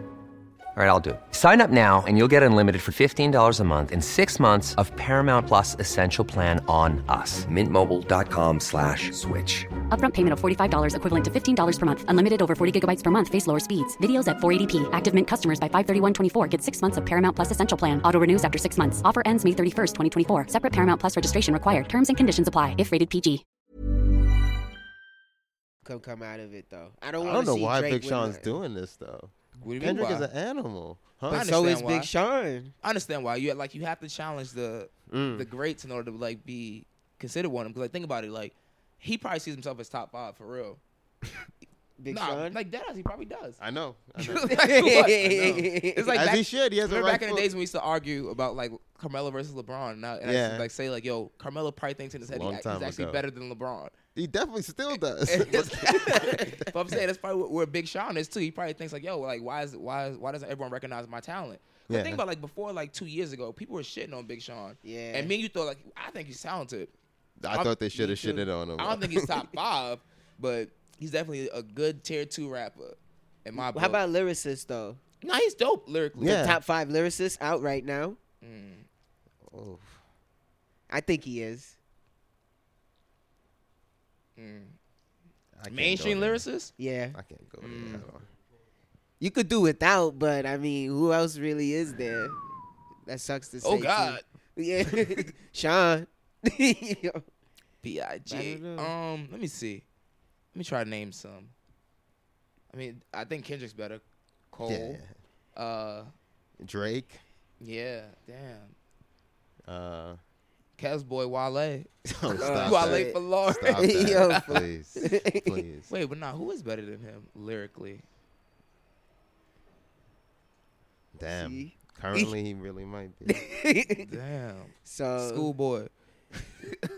S2: All right, I'll do it. Sign up now and you'll get unlimited for $15 a month and six months of Paramount Plus Essential Plan on us. Mintmobile.com slash switch.
S8: Upfront payment of $45 equivalent to $15 per month. Unlimited over 40 gigabytes per month. Face lower speeds. Videos at 480p. Active Mint customers by 531.24 get six months of Paramount Plus Essential Plan. Auto renews after six months. Offer ends May 31st, 2024. Separate Paramount Plus registration required. Terms and conditions apply if rated PG.
S4: come come out of it though. I don't
S5: I
S4: want.
S5: don't know
S4: see
S5: why
S4: Drake
S5: Big
S4: win
S5: Sean's
S4: that.
S5: doing this though.
S3: What do you mean?
S5: Kendrick
S3: why?
S5: is an animal, huh?
S4: But so
S3: understand
S4: is
S3: why.
S4: Big Sean.
S3: I understand why you had- like you have to challenge the
S5: Mm.
S3: the greats in order to like be considered one of them. Because like think about it, like he probably sees himself as top five for real.
S4: Big
S3: nah,
S4: Sean.
S3: like that he probably does.
S5: I know. I know.
S3: Like, what? I know. It's like
S5: As
S3: back,
S5: he should. He has a
S3: remember
S5: right
S3: back in the
S5: foot.
S3: days when we used to argue about like Carmelo versus LeBron, and I, and I used to,
S5: Yeah.
S3: like say like, "Yo, Carmelo probably thinks in his head he
S5: Long
S3: act-
S5: time
S3: he's actually
S5: ago.
S3: better than LeBron."
S5: He definitely still does.
S3: but I'm saying that's probably where Big Sean is too. He probably thinks like, "Yo, like why is why is, why doesn't everyone recognize my talent?" But
S5: Yeah.
S3: think about like before, like two years ago, people were shitting on Big Sean.
S4: Yeah.
S3: And me and you thought like, I think he's talented.
S5: I
S3: I'm-
S5: thought they should
S3: me
S5: have
S3: too.
S5: shitted on him.
S3: I don't think he's top five, but he's definitely a good tier two rapper. In my book.
S4: How about lyricists though?
S3: No, he's dope lyrically.
S4: The top five lyricists out right now. Oh. I think he is.
S5: can't
S3: mainstream Mm.
S5: go there.
S3: lyricist.
S4: Yeah.
S5: I can't go there at all.
S4: You could do without, but I mean, who else really is there? That sucks to say.
S3: Oh,
S4: too.
S3: God.
S4: Yeah, Sean. Yo.
S3: Big. Um, let me see. Let me try to name some. I mean, I think Kendrick's better. Cole. Uh,
S5: Drake,
S3: yeah. Damn.
S5: uh,
S3: Kev's boy Wale.
S5: Oh, stop
S3: Wale
S5: that.
S3: for Lauren.
S5: Stop that. Yo. Please. Please.
S3: Wait, but nah, who is better than him lyrically?
S5: damn.
S4: See?
S5: Currently, he really might be.
S3: Damn.
S5: Uh,
S4: So
S3: Schoolboy.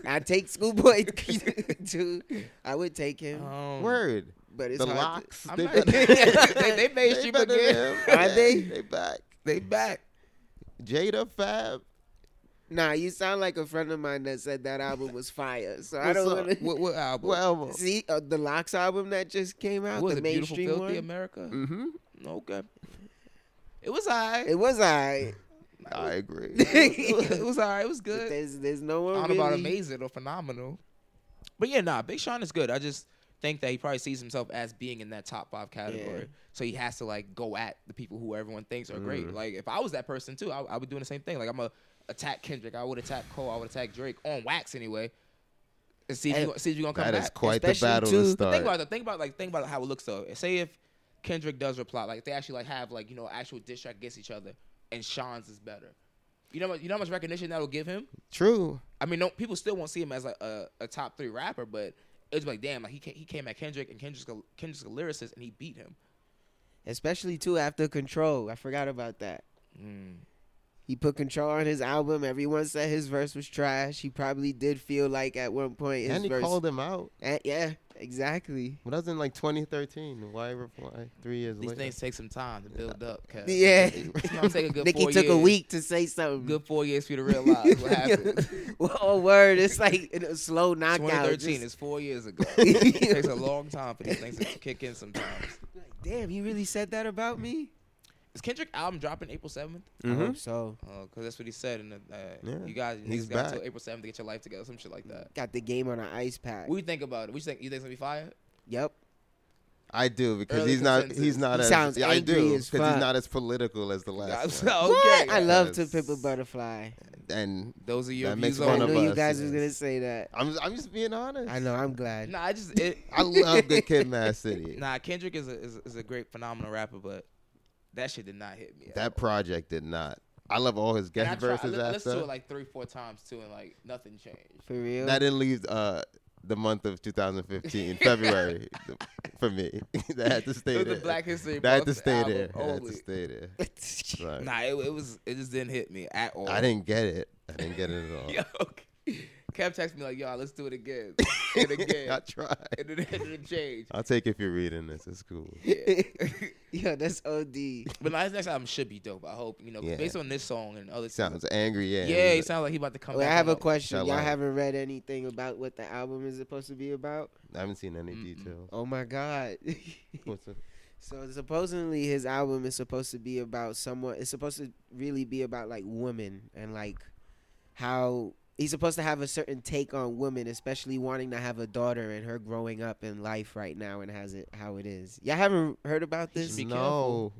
S4: I take Schoolboy too. I would take him.
S3: Um,
S5: Word.
S4: But it's
S5: the
S4: hard to-
S5: locks.
S4: I'm
S5: They
S4: not-
S5: better-
S3: They- they
S5: they
S3: mainstream
S5: better
S3: again.
S5: than him.
S4: Are
S5: Yeah,
S4: they?
S5: They back.
S3: They back.
S5: Jada Fab.
S4: Nah, you sound like a friend of mine that said that album was fire. So I
S5: What's
S4: don't
S5: up?
S4: want to.
S3: What, what album?
S5: What album?
S4: See uh, the Locks album that just came out,
S3: What was
S4: the
S3: it Beautiful
S4: mainstream
S3: Filthy
S4: one.
S3: America?
S5: Mm-hmm.
S3: Okay. It was alright.
S4: It was alright.
S5: I agree.
S3: It was, it was alright. It was
S4: But
S3: good.
S4: There's there's no one
S3: on
S4: really.
S3: about amazing or phenomenal. But yeah, nah, Big Sean is good. I just think that he probably sees himself as being in that top five category.
S4: Yeah.
S3: So he has to like go at the people who everyone thinks are great. Like if I was that person too, I, I would doing the same thing. Like I'm a attack Kendrick, I would attack Cole, I would attack Drake on wax anyway. And see if
S4: And
S3: you see if you're gonna come
S5: That
S3: back.
S5: is quite the
S4: especially
S5: battle
S4: too-
S5: to
S4: Think
S5: start.
S3: Think about it. Think about like think about how it looks though. Say if Kendrick does reply, like if they actually like have like you know actual diss track against each other, and Sean's is better. You know, what- you know how much recognition that'll give him.
S5: True.
S3: I mean, no, people still won't see him as like a, a top three rapper, but it's like, damn, like he came, he came at Kendrick and Kendrick's a, Kendrick's a lyricist and he beat him.
S4: Especially too after Control. I forgot about that.
S3: Mm.
S4: He put Control on his album. Everyone said his verse was trash. He probably did feel like at one point his
S5: and he
S4: verse.
S5: called him out.
S4: Eh, yeah, exactly.
S5: But that was in like 2013. Why reply three years
S3: These
S5: later?
S3: things take some time to build up. Cause
S4: Yeah.
S3: gonna take a Uh, good
S4: Nikki
S3: four
S4: took a
S3: years.
S4: week to say something.
S3: Good four years for you to realize what happened.
S4: well, oh, word. It's like a slow knockout.
S3: 2013
S4: Just,
S3: is four years ago. it takes a long time for these things to kick in sometimes.
S4: damn, he really said that about me?
S3: Is Kendrick album dropping April 7th?
S5: Mm-hmm.
S4: I hope so.
S3: Because that's what he said. And uh,
S5: Yeah,
S3: you guys, you
S5: he's
S3: got
S5: back.
S3: until April 7th to get your life together, some shit like that.
S4: Got the game on an ice pack.
S3: What do you think about it? What you think? You think it's gonna be fire?
S4: yep.
S5: I do because
S3: Early
S5: he's not.
S3: consensus.
S5: He's not
S4: He
S5: as.
S4: sounds
S5: yeah, I do
S4: angry as
S5: because he's
S4: fuck.
S5: not as political as the last. one.
S4: What? I love to
S5: Yes.
S4: pimp a butterfly.
S5: And
S3: Those are your
S5: that
S3: views
S5: makes
S3: on
S4: I
S5: fun
S3: it.
S5: of
S4: know
S5: us.
S4: you guys
S5: yes.
S4: was gonna say that.
S5: I'm. I'm just being honest.
S4: I know. I'm glad.
S3: Nah, I just it,
S5: I love Good Kid, Mad City.
S3: Nah, Kendrick is a, is, is a great phenomenal rapper, but that shit did not hit me. at
S5: That
S3: all.
S5: project did not. I love all his
S3: And
S5: guest
S3: I tried- I
S5: verses
S3: li- I listened to
S5: after.
S3: it like three, four times too, and like nothing changed.
S4: For real.
S5: that didn't leave uh, the month of 2015, February, th- for me. that had to stay
S3: It was
S5: there.
S3: the Black History
S5: That had to
S3: Month
S5: stay
S3: album
S5: there. That had to
S3: only.
S5: stay there. Sorry.
S3: Nah, it, it was it just didn't hit me at all.
S5: I didn't get it. I didn't get it at all.
S3: Yo, Kev texted me like, "Yo, let's do it again and again."
S5: I tried.
S3: and it didn't change.
S5: I'll take if you're reading this. It's cool.
S4: Yo, that's OD.
S3: But nah, his next album should be dope. I hope you know 'cause
S5: Yeah.
S3: based on this song and other
S5: Sounds angry. Yeah.
S3: Yeah, he sounds like he about to come.
S4: Wait,
S3: back
S4: I have
S3: on
S4: a question.
S5: Shall
S4: Y'all
S5: I?
S4: haven't read anything about what the album is supposed to be about?
S5: I haven't seen any details.
S4: Oh my god.
S5: What's up?
S4: so supposedly his album is supposed to be about someone. It's supposed to really be about like women and like how he's supposed to have a certain take on women, especially wanting to have a daughter and her growing up in life right now and has it how it is. Y'all haven't heard about this?
S5: no.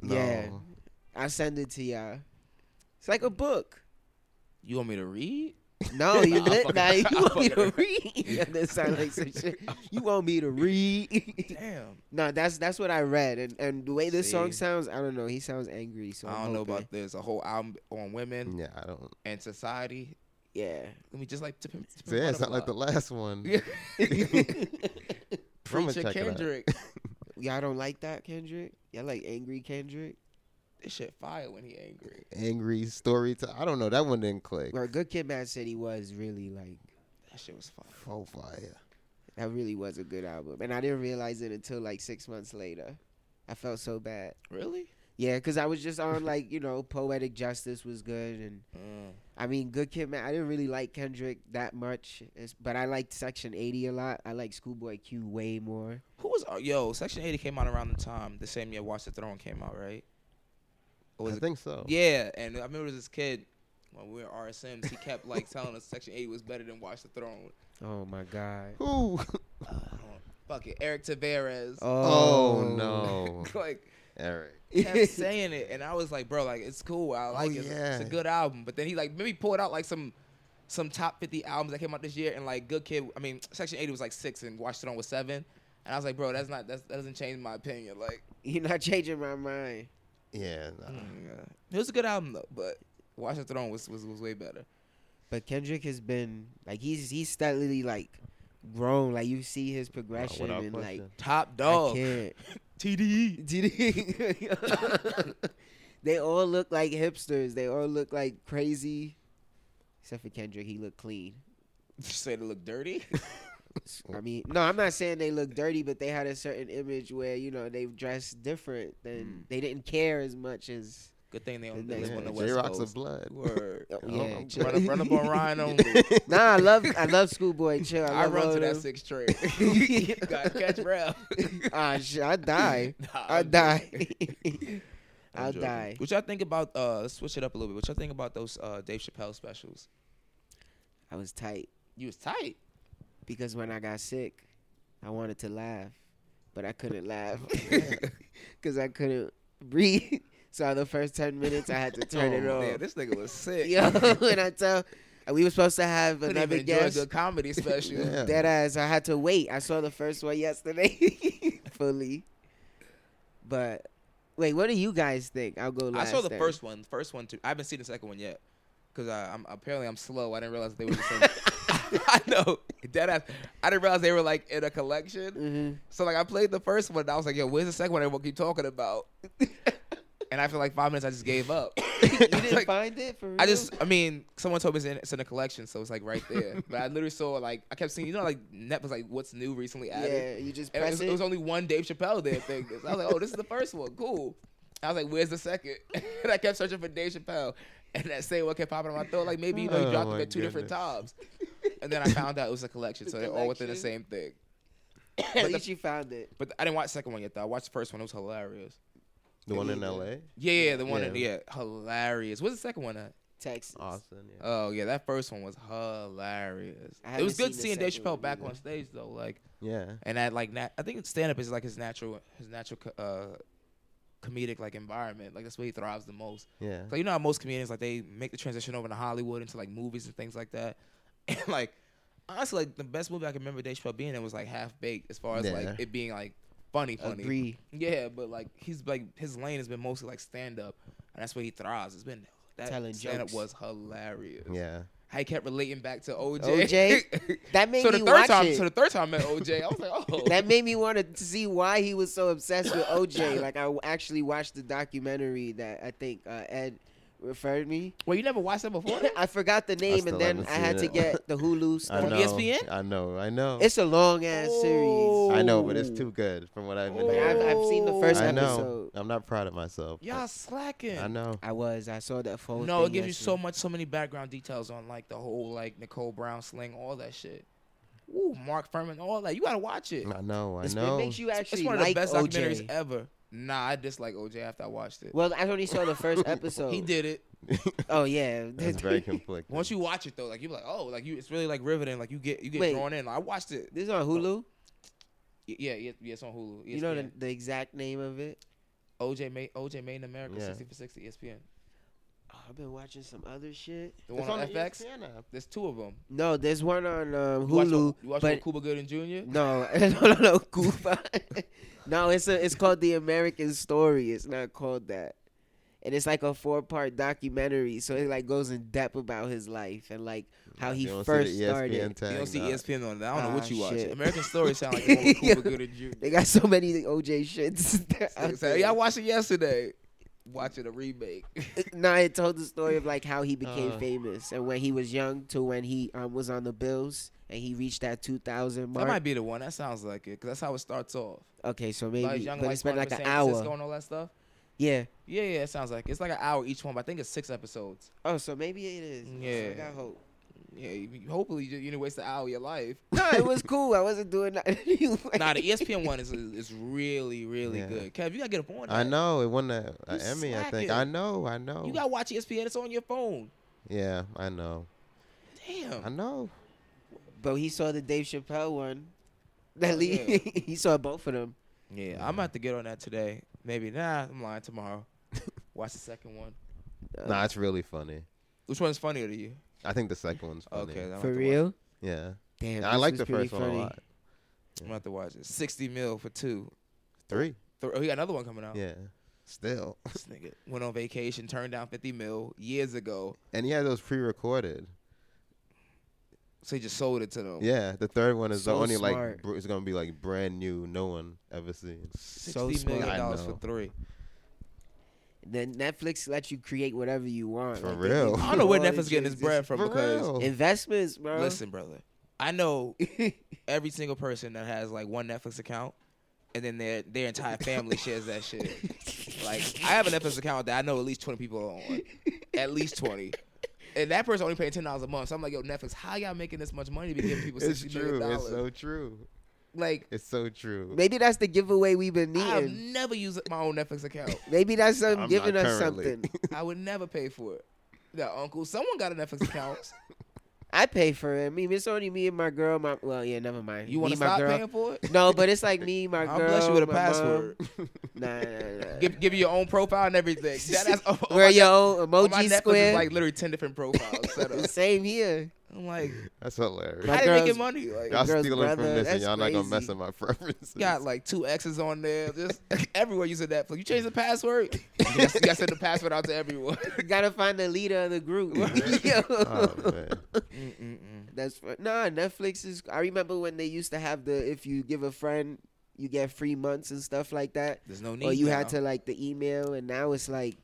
S5: No.
S4: Yeah. I send it to y'all. It's like a book.
S3: You want me to read?
S4: No, you
S3: I'll
S4: lit
S3: fucking-
S4: now. You
S3: I'll
S4: want me to
S3: fucking-
S4: read? Yeah, that sound like some shit. You want me to read?
S3: Damn.
S4: no, that's that's what I read, and and the way this song
S3: See?
S4: sounds, I don't know. He sounds angry, so
S3: I don't
S4: I'm
S3: know
S4: hoping.
S3: about this. A whole album on women
S5: Yeah, I don't.
S3: and society.
S4: Yeah,
S3: Let me just like tip him. Tip him
S5: Yeah, it's not
S3: butterfly.
S5: like the last one. I'm gonna
S3: Preacher
S5: check it out.
S3: Kendrick.
S4: y'all don't like that, Kendrick. Y'all like angry Kendrick.
S3: this shit fire when he angry.
S5: angry story. T- I don't know. That one didn't click.
S4: Where Good Kid, Mad City was really like
S3: That shit was fire.
S5: Oh fire.
S4: that. Really was a good album, and I didn't realize it until like six months later. I felt so bad.
S3: Really?
S4: Yeah, because I was just on like you know, poetic justice was good, and
S3: Mm.
S4: I mean, Good Kid, man. I didn't really like Kendrick that much, it's- but I liked Section Eighty a lot. I like Schoolboy Q way more.
S3: Who was uh, yo? Section eighty came out around the time the same year Watch the Throne came out, right? Or
S5: I
S3: it-
S5: think so.
S3: Yeah, and I remember this kid when we were RSMs. He kept like telling us Section eighty was better than Watch the Throne.
S4: Oh my God.
S5: Ooh.
S3: Fuck it, Eric Tavares.
S5: Oh, no.
S3: like
S5: Eric.
S3: kept saying it, and I was like, bro, like it's cool. I like it. It's- It's a
S5: yeah.
S3: good album. But then he like maybe pulled out like some some top fifty albums that came out this year, and like Good Kid, I mean Section Eighty was like six, and Watch It On was seven. And I was like, bro, that's not that's, that doesn't change my opinion. Like
S4: You're not changing my mind.
S5: Yeah. Nah.
S3: Mm, it was a good album though, but Watch the Throne was was, was way better.
S4: But Kendrick has been like he's he's steadily like grown. Like you see his progression
S3: without
S4: and like
S3: question. Top
S4: Oh.
S3: dog. E.
S4: TDE. TDE. they all look like hipsters. They all look like crazy. Except for Kendrick, he looked clean.
S3: You say they look dirty?
S4: I mean, no, I'm not saying they look dirty, but they had a certain image where you know they dressed different.
S3: Hmm.
S4: Then they didn't care as much as.
S3: Good thing they
S4: don't
S3: they live on the West
S5: J-Rock's
S3: Coast.
S5: of blood.
S3: Word.
S4: Oh,
S5: Oh,
S4: yeah,
S5: I'm
S4: chill.
S3: run, run up on Ryan only.
S4: nah, I love I love Schoolboy Chill. I,
S3: I,
S4: love
S3: run
S4: all
S3: to that
S4: them.
S3: sixth train. Gotta catch Ralph.
S4: ah, shit, I die.
S3: Nah,
S4: I
S3: I'm
S4: die.
S3: I'm
S4: I'll
S3: joking.
S4: die.
S3: What y'all think about? Uh, let's switch it up a little bit. What y'all think about those uh, Dave Chappelle specials?
S4: I was tight
S3: You was tight.
S4: because when I got sick, I wanted to laugh, but I couldn't laugh because I couldn't breathe. So the first ten minutes, I had to turn it
S3: Oh,
S4: off.
S3: man, this nigga was sick.
S4: Yo, and I tell, and we were supposed to have
S3: Couldn't
S4: another
S3: even enjoy a
S4: guest.
S3: good comedy special.
S5: Yeah.
S4: Dead ass. I had to wait. I saw the first one yesterday, fully. But wait, what do you guys think? I'll go
S3: I
S4: last.
S3: saw the
S4: then.
S3: first one, first one too. I haven't seen the second one yet, cause I, I'm apparently I'm slow. I didn't realize they were. The same. I know, dead ass. I didn't realize they were like in a collection.
S4: Mm-hmm.
S3: So like I played the first one, and I was like, yo, where's the second one? Everyone keep talking about. and after like five minutes, I just gave up.
S4: You didn't find it for real?
S3: I just, I mean, someone told me it's in, it's in a collection, so it's like right there. but I literally saw like I kept seeing, you know, like Netflix, like what's new recently added.
S4: Yeah, you just
S3: And it
S4: press
S3: was,
S4: it.
S3: it was only one Dave Chappelle there thing. So I was like, oh, this is the first one, cool. I was like, where's the second? and I kept searching for Dave Chappelle, and that same one kept popping in my throat. Like maybe you know, you
S5: Oh,
S3: dropped them
S5: my
S3: at two different times.
S5: goodness.
S3: And then I found out it was a collection, so they're all within the same
S4: collection.
S3: thing.
S4: At
S3: the-
S4: least you found it.
S3: But I didn't watch the second one yet. though. I watched the first one. It was hilarious.
S5: The one in L.A.
S3: Yeah, yeah, the one in
S5: Yeah.
S3: yeah, hilarious. What's the second one at?
S4: Texas.
S5: Austin. Yeah.
S3: Oh yeah, that first one was hilarious.
S4: I
S3: It was
S4: haven't
S3: good
S4: seen
S3: seeing
S4: the
S3: Dave
S4: second one
S3: Chappelle back
S4: either.
S3: on stage though, like
S5: yeah.
S3: and that like nat- I think stand up is like his natural his natural co- uh comedic like environment. Like that's where he thrives the most.
S5: Yeah.
S3: So you know how most comedians like they make the transition over to Hollywood into like movies and things like that. And like honestly like the best movie I can remember Dave Chappelle being in was like half baked as far as
S5: Yeah.
S3: like it being like funny funny.
S4: Agree.
S3: Yeah, but like he's like his lane has been mostly like stand up and that's where he thrives. It's been
S4: Telling
S3: that stand up
S4: jokes.
S3: was hilarious.
S5: Yeah.
S3: I kept relating back to OJ.
S4: OJ? That made
S3: so the
S4: me
S3: third
S4: watch
S3: time,
S4: it.
S3: so the third time I met OJ, I was like, oh,
S4: That made me want to see why he was so obsessed with OJ. Like I w- actually watched the documentary that I think uh, Ed referred me.
S3: well, you never watched that before.
S4: I forgot the name,
S5: still
S4: and then
S5: haven't
S4: I had to
S5: seen it.
S4: get the Hulu
S5: I
S4: stuff.
S3: E
S5: know.
S3: ESPN?
S5: I know. I know.
S4: It's a long ass series.
S5: I know, but it's too good from what I've been
S4: Like, I've,
S5: hearing.
S4: I've seen the first
S5: I know.
S4: episode.
S5: I'm not proud of myself.
S3: Y'all slacking.
S5: I know.
S4: I was. I saw that phone.
S3: No, it gives you so much, so many background details on like the whole like Nicole Brown sling, all that shit. Ooh, Mark Furman, all that. You gotta watch it.
S5: I know. I
S4: It
S5: know.
S4: makes you actually
S3: it's one of
S4: like
S3: the best
S4: OJ.
S3: documentaries ever. Nah, I dislike OJ after I watched it.
S4: Well, I only saw the first episode.
S3: he did it.
S4: Oh yeah,
S5: That's very conflicting.
S3: Once you watch it though, like you're like, oh, like you, it's really like riveting. Like you get, you get
S4: Wait.
S3: drawn in. Like, I watched it.
S4: This is on Hulu.
S3: Y- Yeah, yeah, yeah it's on Hulu. E
S4: You know the,
S3: ESPN.
S4: the exact name of it.
S3: OJ made OJ made in America
S5: Yeah.
S3: 60 for E 60 ESPN.
S4: Oh, I've been watching some other shit.
S3: The one
S5: It's
S3: on, E
S5: on E the
S3: FX.
S5: ESPN app.
S3: There's two of them.
S4: No, there's one on um,
S3: You watch
S4: Hulu.
S3: one- You watch
S4: but
S3: one Cuba Gooding Jr.
S4: no, no, no, no, Cuba. no, it's a, it's called The American Story. It's not called that. And it's like a four part documentary, so it like goes in depth about his life and like how he
S5: You don't see the E
S4: first
S5: ESPN
S4: started.
S5: tag,
S3: You don't see E
S5: nah.
S3: ESPN on that. I don't know
S4: Ah,
S3: what you watch.
S4: shit.
S3: American Story sound like the one with Cuba Gooding Jr.
S4: They got so many OJ shits. out
S3: So,
S4: there.
S3: yeah, I watched it yesterday. Watching a remake.
S4: No, it told the story of like how he became
S5: Uh.
S4: famous and when he was young to when he um, was on the Bills and he reached that 2000 mark.
S3: That might be the one. That sounds like it. Cause that's how it starts off.
S4: okay, so
S3: Like
S4: maybe
S3: young
S4: but
S3: life
S4: it's been
S3: growing up
S4: like
S3: in
S4: an
S3: San Francisco
S4: hour.
S3: and all that stuff.
S4: Yeah.
S3: Yeah, yeah, it sounds like it's like an hour each one, but I think it's six episodes.
S4: Oh, so maybe it is.
S3: Yeah,
S4: I got hope.
S3: Yeah, you- hopefully you, you didn't waste an hour of your life.
S4: No, it was cool. I wasn't doing nothing. anyway.
S3: nah, the E ESPN one is is really really
S5: Yeah.
S3: good. Kev, you gotta get up on that.
S5: I know it won the uh,
S3: You
S5: Emmy. I think
S3: slacking.
S5: I know. I know.
S3: You gotta watch E ESPN. It's on your phone.
S5: yeah, I know.
S3: Damn.
S5: I know.
S4: But he saw the Dave Chappelle
S3: Oh,
S4: one. At least he saw both of them.
S3: Yeah, I'm about to get on that today. Maybe nah, I'm lying. Tomorrow, watch the second one.
S4: Uh,
S5: Nah, it's really funny.
S3: Which one's funnier to you?
S5: I think the second one's funny.
S3: Okay, then I'm
S4: For
S3: gonna
S4: real?
S5: Yeah.
S4: Damn,
S5: I
S4: this
S5: like
S4: was
S5: the
S4: pretty
S5: first one a
S4: funny.
S5: lot.
S3: I'm about to watch it. Sixty mil for two.
S5: Three.
S3: Th- oh, he got another one coming out.
S5: Yeah. Still.
S3: This nigga went on vacation, turned down fifty mil years ago,
S5: And he had those pre-recorded.
S3: so he just sold it to them.
S5: Yeah, the third one is
S4: Oh. So
S5: the only
S4: smart.
S5: like br- it's gonna be like brand new, no one ever seen.
S4: So
S3: $60 million
S4: smart.
S5: I
S3: dollars for
S5: know.
S3: three.
S4: Then Netflix lets you create whatever you want.
S5: For
S4: Like, they
S5: real.
S4: give
S3: I
S4: you
S3: don't know where
S4: all the
S3: Netflix getting his
S4: choices.
S3: bread from
S5: For
S3: because
S5: real.
S4: Investments, bro.
S3: listen, brother, I know every single person that has like one Netflix account, and then their their entire family shares that shit. Like I have a Netflix account that I know at least twenty people are on, at least twenty. And that person only paying ten dollars a month. So I'm like, yo, Netflix, how y'all making this much money to be giving people
S5: It's
S3: sixty million
S5: true.
S3: dollars?
S5: It's so true.
S3: like
S5: It's so true.
S4: Maybe that's the giveaway we've been
S3: I've
S4: needing.
S3: never used my own Netflix account.
S4: Maybe that's them
S5: I'm
S4: giving
S5: not
S4: us
S5: currently.
S4: something.
S3: I would never pay for it. That uncle, someone got a Netflix account.
S4: I pay for it. I mean, it's only me and my girl. My well, yeah, never mind.
S3: You
S4: want to
S3: stop
S4: girl.
S3: paying for it?
S4: No, but it's like me, my
S3: I'll
S4: girl.
S3: bless you with a
S4: my mom.
S3: password.
S4: Nah, nah, nah.
S3: Give, give you your own profile and everything. That, that's, on
S4: Where
S3: my
S4: your
S3: Net-
S4: old
S3: on my
S4: emoji
S3: Netflix
S4: square?
S3: is like literally ten different profiles set up.
S4: Same here.
S3: I'm like,
S5: That's hilarious.
S4: My
S3: how they making
S4: girl's-
S3: money? Like,
S5: y'all
S4: girl's
S5: stealing from
S4: brother,
S5: this, and
S4: that's
S5: y'all not gonna mess
S4: crazy.
S5: up my preferences.
S3: You got like two X's on there. Just everywhere using Netflix. You change the password. you gotta you gotta send the password out to everyone.
S4: You gotta find the leader of the group.
S5: oh
S4: Yo.
S5: man.
S4: That's fu- nah. Netflix is. I remember when they used to have the if you give a friend, you get free months and stuff like that.
S3: There's no
S4: Or
S3: need
S4: you had
S3: now.
S4: to like the email, and now it's like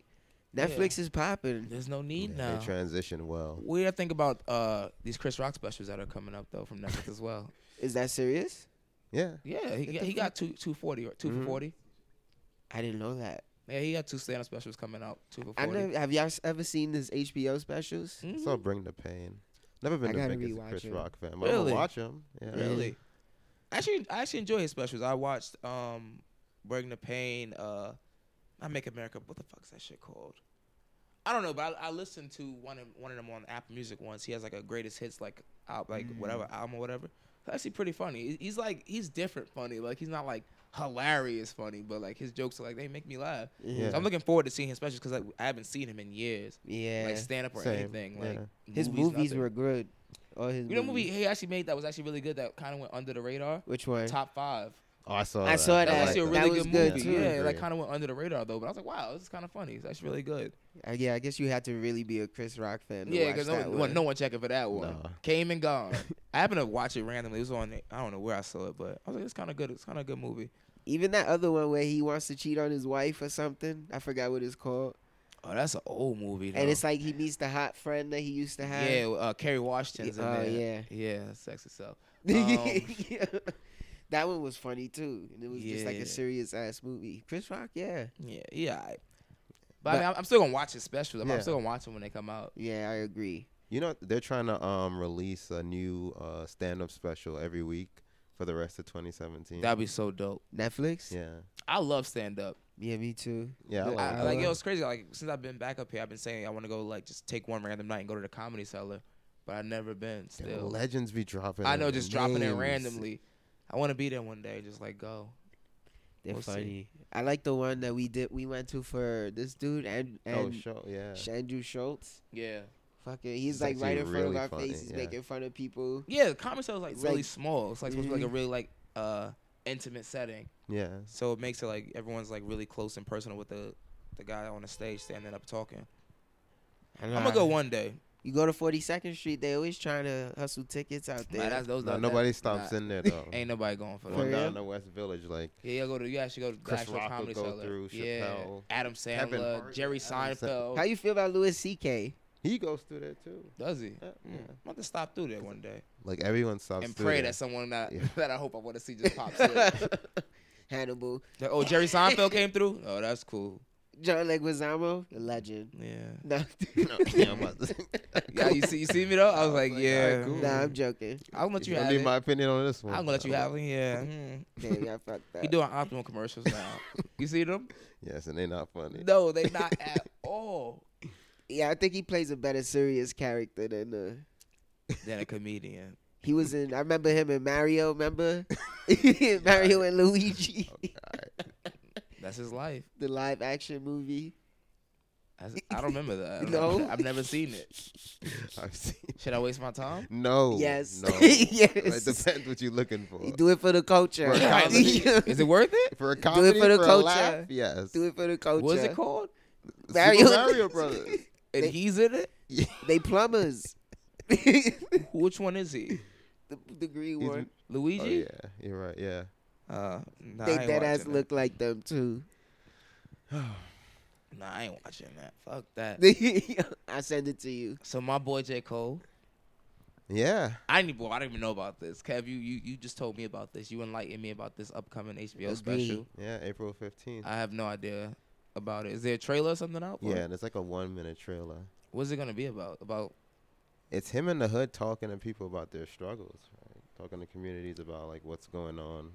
S4: Netflix is popping.
S3: There's no need
S5: Yeah,
S3: now.
S5: They transition well.
S3: We gotta think about uh, these Chris Rock specials that are coming up though from Netflix as well.
S4: Is that serious?
S3: Mm-hmm.
S5: Yeah.
S3: Yeah, he, got- he got two two forty or 2 for forty.
S4: I didn't know that.
S3: Yeah, he got two stand up specials coming out. Two for forty. Hmm?
S4: I
S3: Mm-hmm.
S4: never, have y'all s- ever seen this HBO specials?
S5: It's all bring the pain. Never
S4: I
S5: been the
S4: gotta
S5: biggest
S4: rewatch
S5: Chris
S4: it.
S5: Rock fan, but I'm
S3: Really?
S5: gonna watch him. Yeah.
S3: Really? Actually, I actually enjoy his specials. I watched um, Breaking the Pain, uh, I Make America. What the fuck's that shit called? I don't know, but I, I listened to one of one of them on Apple Music once. He has like a greatest hits like out like whatever album or whatever. It's actually pretty funny. He- He's like he's different funny. Like he's not like hilarious funny, but like his jokes are like they make me laugh.
S5: Yeah.
S3: So I'm looking forward to seeing his specials because like I haven't seen him in years,
S4: Yeah.
S3: like stand up or
S5: Same,
S3: anything. Like
S4: his movies
S3: nothing.
S4: were good. All his
S3: You know, a movie
S4: movies.
S3: he actually made that was actually really good that kind of went under the radar.
S4: Which one?
S3: Top five.
S5: Oh, I saw.
S4: I
S5: that.
S4: saw
S3: That was
S4: that.
S3: actually a
S4: That
S3: really
S4: was
S3: good
S4: good,
S3: movie.
S4: too.
S3: Yeah,
S5: Agree.
S3: that kind of went under the radar though. But I was like, wow, this is kind of funny. It's actually really good.
S4: Uh, yeah, I guess you had to really be a Chris Rock fan. To
S3: yeah,
S4: watch
S3: because no,
S4: that
S3: one-
S4: one.
S3: no one checking for that one.
S5: Nah.
S3: Came and gone. I happened to watch it randomly. It was on. I don't know where I saw it, but I was like, it's kind of good. It's kind of a good movie.
S4: Even that other one where he wants to cheat on his wife or something. I forgot what it's called.
S3: Oh, that's an old movie.
S4: And it's like he meets the hot friend that he used to have.
S3: yeah, uh, Kerry Washington's in
S4: Oh,
S3: there.
S4: yeah.
S3: yeah, sex itself. Um,
S4: Yeah. That one was funny too, and it was just like
S3: Yeah.
S4: a serious ass movie. Chris Rock, yeah,
S3: yeah, yeah. all right. But, I mean, I'm- I'm still gonna watch his specials. I'm, I'm
S5: Yeah.
S3: still gonna watch them when they come out.
S4: yeah, I agree.
S5: You know they're trying to um release a new uh stand up special every week for the rest of 2017.
S3: That'd be so dope.
S4: Netflix,
S5: yeah.
S3: I love stand up.
S4: yeah, me too.
S5: Yeah, I
S4: But-
S5: like
S3: I, like yo, it's crazy. Like since I've been back up here, I've been saying I want to go like just take one random night and go to the comedy cellar, but I've never been.
S5: Damn,
S3: Still,
S5: Legends be dropping.
S3: I know just dropping it
S5: names.
S3: randomly. I want to be there one day, just like go.
S4: They're
S3: We'll see.
S4: funny. I like the one that we did. We went to for this dude and
S5: Oh,
S4: and
S5: show, yeah.
S4: Andrew Schultz.
S3: Yeah,
S4: Fucking, he's
S5: It's
S4: like
S5: actually
S4: right in front
S5: really
S4: of our
S5: funny,
S4: faces,
S5: yeah.
S4: making fun of people.
S3: yeah. The comedy cellar is like
S4: It's
S3: really
S4: like-
S3: small. It's like supposed to
S5: mm-hmm.
S3: be like a really like uh intimate setting,
S5: yeah.
S3: so it makes it like everyone's like really close and personal with the the guy on the stage standing up talking. I'm gonna go one day.
S4: You go to 42nd Street, they always trying to hustle tickets out
S3: Nah,
S4: there.
S3: that's, those,
S5: Nah,
S3: that-
S5: nobody
S3: that-
S5: stops
S3: nah,
S5: in there though.
S3: Ain't nobody going for
S5: The
S3: that.
S5: one
S4: For
S5: down
S4: real?
S5: in the West Village, like
S3: Yeah, you go to you actually go to the
S5: Chris
S3: actual
S5: Rock would
S3: comedy
S5: go
S3: cellar.
S5: through,
S3: yeah,
S5: Chappelle,
S3: Adam Sandler,
S5: Kevin Hart,
S3: Jerry
S5: Adam Sa-
S3: Seinfeld.
S4: How you feel about Louis C.K.?
S5: he goes through there too.
S3: Does he?
S5: Yeah, yeah.
S3: I'm about to stop through there one day
S5: Like everyone stops.
S3: and
S5: through
S3: pray
S5: there.
S3: that someone that
S5: Yeah.
S3: that I hope I want to see just pops in.
S4: Hannibal.
S3: Like, oh, Jerry Seinfeld came through. Oh, that's cool.
S4: John Leguizamo, a legend.
S3: Yeah.
S4: No.
S5: No, yeah, I'm about to-
S3: Yeah, you see, you see me though. I was like,
S4: Like,
S3: yeah.
S4: alright, cool. Nah, I'm joking.
S3: I'll let you
S5: I
S3: have
S5: need
S3: it.
S5: my opinion on this one.
S3: I'm gonna let you
S5: I
S3: have
S5: will.
S3: it. Yeah. Mm.
S4: Damn, y'all fucked
S3: He
S4: up.
S3: doing Optimum commercials now. you see them?
S5: Yes, and they're not funny.
S3: No, they not at all.
S4: Yeah, I think he plays a better serious character than uh
S3: Than a comedian.
S4: he was in I remember him in Mario, remember? Mario and Luigi.
S3: Oh. That's his life.
S4: the live action movie.
S3: That's, I don't remember that. I don't
S4: No.
S3: remember- I've never seen it.
S5: I've seen.
S3: Should I waste my time?
S5: No.
S4: Yes.
S5: No.
S4: Yes.
S5: It depends what you're looking for.
S4: You do it for the culture.
S5: For a comedy.
S3: Is it worth it?
S5: For a comedy,
S4: for the
S5: a
S4: culture.
S5: laugh, yes.
S4: do it for the culture.
S3: What is it called?
S5: Super
S4: Mario-
S5: Mario Brothers.
S3: And he's in it.
S4: They plumbers. the,
S3: Which one is he?
S4: the green
S5: He's-
S4: one.
S5: Oh
S3: Luigi.
S5: yeah, you're right. Yeah.
S3: Uh, nah,
S4: They
S3: I ain't
S4: dead ass
S3: watching
S4: look like them too.
S3: That. Nah, I ain't watching that. Fuck that.
S4: I send it to you.
S3: So my boy J Cole.
S5: Yeah.
S3: I didn't, well, I didn't even know about this. Kev, you, you you just told me about this. You enlightened me about this upcoming HBO
S4: Agreed.
S3: special.
S5: Yeah. April 15th.
S3: I have no idea about it. Is there a trailer or something out? for
S5: yeah,
S3: it?
S5: and it's like a one minute trailer.
S3: What's it gonna be about? About
S5: It's him in the hood talking to people about their struggles, right? talking to communities about like what's going on.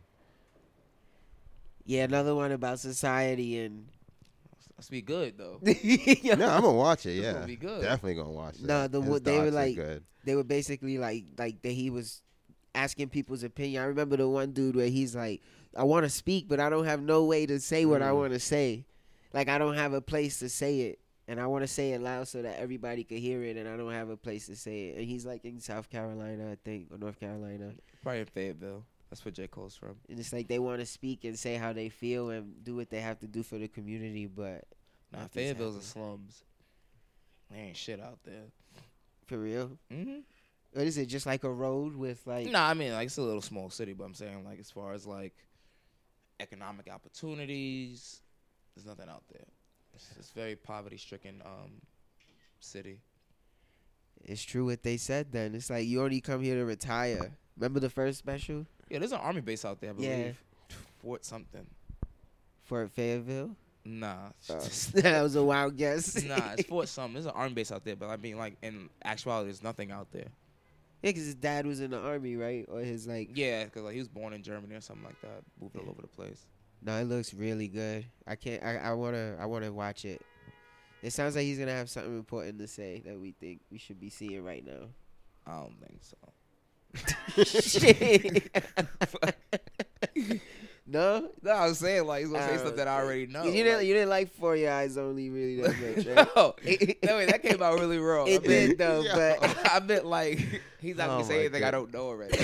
S4: Yeah, another one about society and
S3: let's be good though.
S5: no, I'm gonna watch it.
S3: This
S5: Yeah,
S3: gonna be good.
S5: definitely gonna watch it.
S4: No, the
S5: His
S4: wo- they were
S5: docs are
S4: like-
S5: good.
S4: they were basically like like that he was asking people's opinion. I remember the one dude where he's like, I want to speak, but I don't have no way to say what I want to say. Like I don't have a place to say it, and I want to say it loud so that everybody could hear it, and I don't have a place to say it. And he's like in South Carolina, I think, or North Carolina,
S3: Probably in Fayetteville. That's where J Cole's from.
S4: and it's like they want to speak and say how they feel and do what they have to do for the community, but
S3: Nah,
S4: Nothing's
S3: Fayetteville's the
S4: happening.
S3: slums. There ain't shit out there.
S4: for real.
S3: Mm-hmm.
S4: What is it? Just like a road with like
S3: No, I mean like it's a little small city, but I'm saying like as far as like economic opportunities, there's nothing out there. It's, it's very poverty stricken um city.
S4: It's true what they said then. It's like you only come here to retire. Remember the first special?
S3: Yeah, there's an army base out there, I believe.
S4: Yeah.
S3: Fort something.
S4: Fort Fayetteville?
S3: Nah.
S4: Uh, that was a wild guess.
S3: nah, it's Fort something. There's an army base out there, but I mean like in actuality there's nothing out there.
S4: Yeah, 'cause his dad was in the army, right? Or his like
S3: Yeah, because like he was born in Germany or something like that. Moved all over the place.
S4: No, it looks really good. I can't I, I wanna I wanna watch it. It sounds like he's gonna have something important to say that we think we should be seeing right now.
S3: I don't think so.
S4: Shit. no?
S3: No, I was saying like he's gonna say
S4: Uh,
S3: stuff that I already know.
S4: you didn't
S3: like-
S4: you didn't like For Your Eyes Only really that much, right?
S3: no, no, wait, that came out really wrong.
S4: It
S3: I meant-
S4: did though, but
S3: I meant like he's not
S5: Oh
S3: gonna
S5: my
S3: say anything I
S5: goodness.
S3: don't know already.